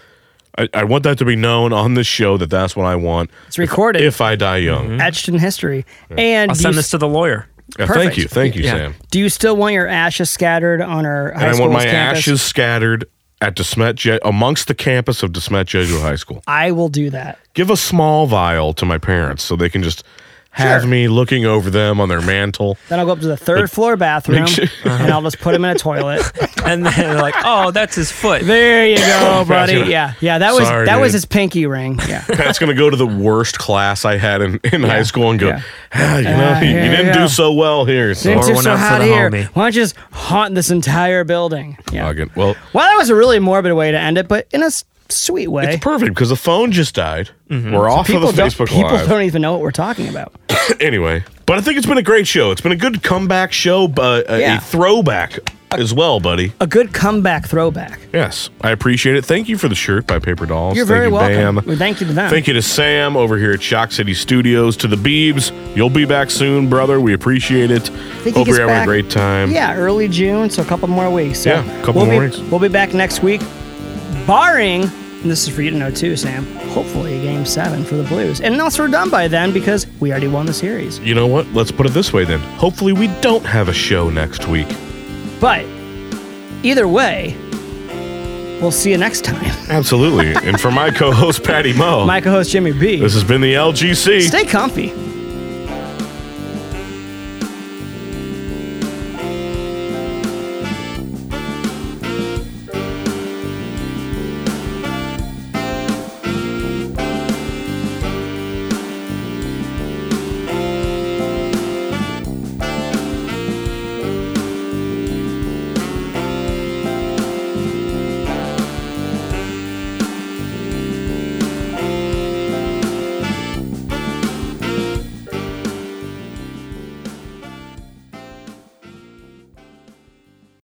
[SPEAKER 1] I, I want that to be known on this show that that's what I want.
[SPEAKER 2] It's recorded,
[SPEAKER 1] If I die young.
[SPEAKER 2] etched in history. And
[SPEAKER 5] I'll
[SPEAKER 2] do you,
[SPEAKER 5] send this to the lawyer.
[SPEAKER 1] Yeah, thank
[SPEAKER 2] Perfect.
[SPEAKER 1] you. Thank you,
[SPEAKER 5] Yeah.
[SPEAKER 1] Sam.
[SPEAKER 2] do you still want your ashes scattered on our high
[SPEAKER 1] And I
[SPEAKER 2] school's
[SPEAKER 1] want my
[SPEAKER 2] campus?
[SPEAKER 1] ashes scattered at DeSmet, Je- amongst the campus of DeSmet Jesuit High School.
[SPEAKER 2] I will do that.
[SPEAKER 1] give a small vial to my parents so they can just have
[SPEAKER 2] Sure.
[SPEAKER 1] me looking over them on their mantle.
[SPEAKER 2] Then I'll go up to the third floor bathroom
[SPEAKER 1] sure-
[SPEAKER 2] and I'll just put him in
[SPEAKER 5] Uh-huh.
[SPEAKER 2] a toilet.
[SPEAKER 5] And then they're like, oh, that's his foot.
[SPEAKER 2] There you go, buddy. Yeah, yeah. That was
[SPEAKER 1] Sorry,
[SPEAKER 2] that was
[SPEAKER 1] dude.
[SPEAKER 2] his pinky ring. Yeah.
[SPEAKER 1] Pat's gonna go to the worst class I had in, in high school and go,
[SPEAKER 2] yeah.
[SPEAKER 1] "Ah, you know,
[SPEAKER 2] Ah,
[SPEAKER 1] you,
[SPEAKER 2] here
[SPEAKER 1] you
[SPEAKER 2] we
[SPEAKER 1] didn't
[SPEAKER 2] go.
[SPEAKER 1] do so well here. So
[SPEAKER 2] Since
[SPEAKER 5] Or
[SPEAKER 2] you're
[SPEAKER 5] one
[SPEAKER 2] so
[SPEAKER 5] out for
[SPEAKER 2] hot
[SPEAKER 5] the
[SPEAKER 2] here,
[SPEAKER 5] homie.
[SPEAKER 2] why don't you just haunt this entire building? Yeah.
[SPEAKER 1] Fucking- well,
[SPEAKER 2] Well, that was a really morbid way to end it, but in a s- sweet way.
[SPEAKER 1] it's perfect because the phone just died. We're off
[SPEAKER 2] Mm-hmm. people
[SPEAKER 1] of the
[SPEAKER 2] don't,
[SPEAKER 1] Facebook
[SPEAKER 2] people
[SPEAKER 1] Live
[SPEAKER 2] don't even know what we're talking about.
[SPEAKER 1] anyway. But I think it's been a great show. It's been a good comeback show, but uh, a,
[SPEAKER 2] Yeah.
[SPEAKER 1] a throwback as well, buddy.
[SPEAKER 2] A good comeback throwback.
[SPEAKER 1] Yes, I appreciate it. Thank you for the shirt by Paper Dolls.
[SPEAKER 2] You're
[SPEAKER 1] Thank
[SPEAKER 2] very
[SPEAKER 1] you,
[SPEAKER 2] welcome.
[SPEAKER 1] Bam.
[SPEAKER 2] Well, thank you to them.
[SPEAKER 1] Thank you to Sam over here at Shock City Studios, to the Beebs. You'll be back soon, brother. We appreciate it.
[SPEAKER 2] he
[SPEAKER 1] Hope you're
[SPEAKER 2] gets
[SPEAKER 1] having a
[SPEAKER 2] back-
[SPEAKER 1] great time.
[SPEAKER 2] Yeah, early June, so a couple more weeks. So
[SPEAKER 1] Yeah, couple
[SPEAKER 2] we'll
[SPEAKER 1] more
[SPEAKER 2] be,
[SPEAKER 1] weeks.
[SPEAKER 2] We'll be back next week, barring. And this is for you to know too, Sam. Hopefully, a game seven for the Blues, and unless we're done by then, because we already won the series.
[SPEAKER 1] You know what? Let's put it this way then. Hopefully, we don't have a show next week.
[SPEAKER 2] But either way, we'll see you next time.
[SPEAKER 1] Absolutely. and for my co host, Patty Moe,
[SPEAKER 2] My co-host Jimmy B.
[SPEAKER 1] this has been the LGC.
[SPEAKER 2] Stay comfy.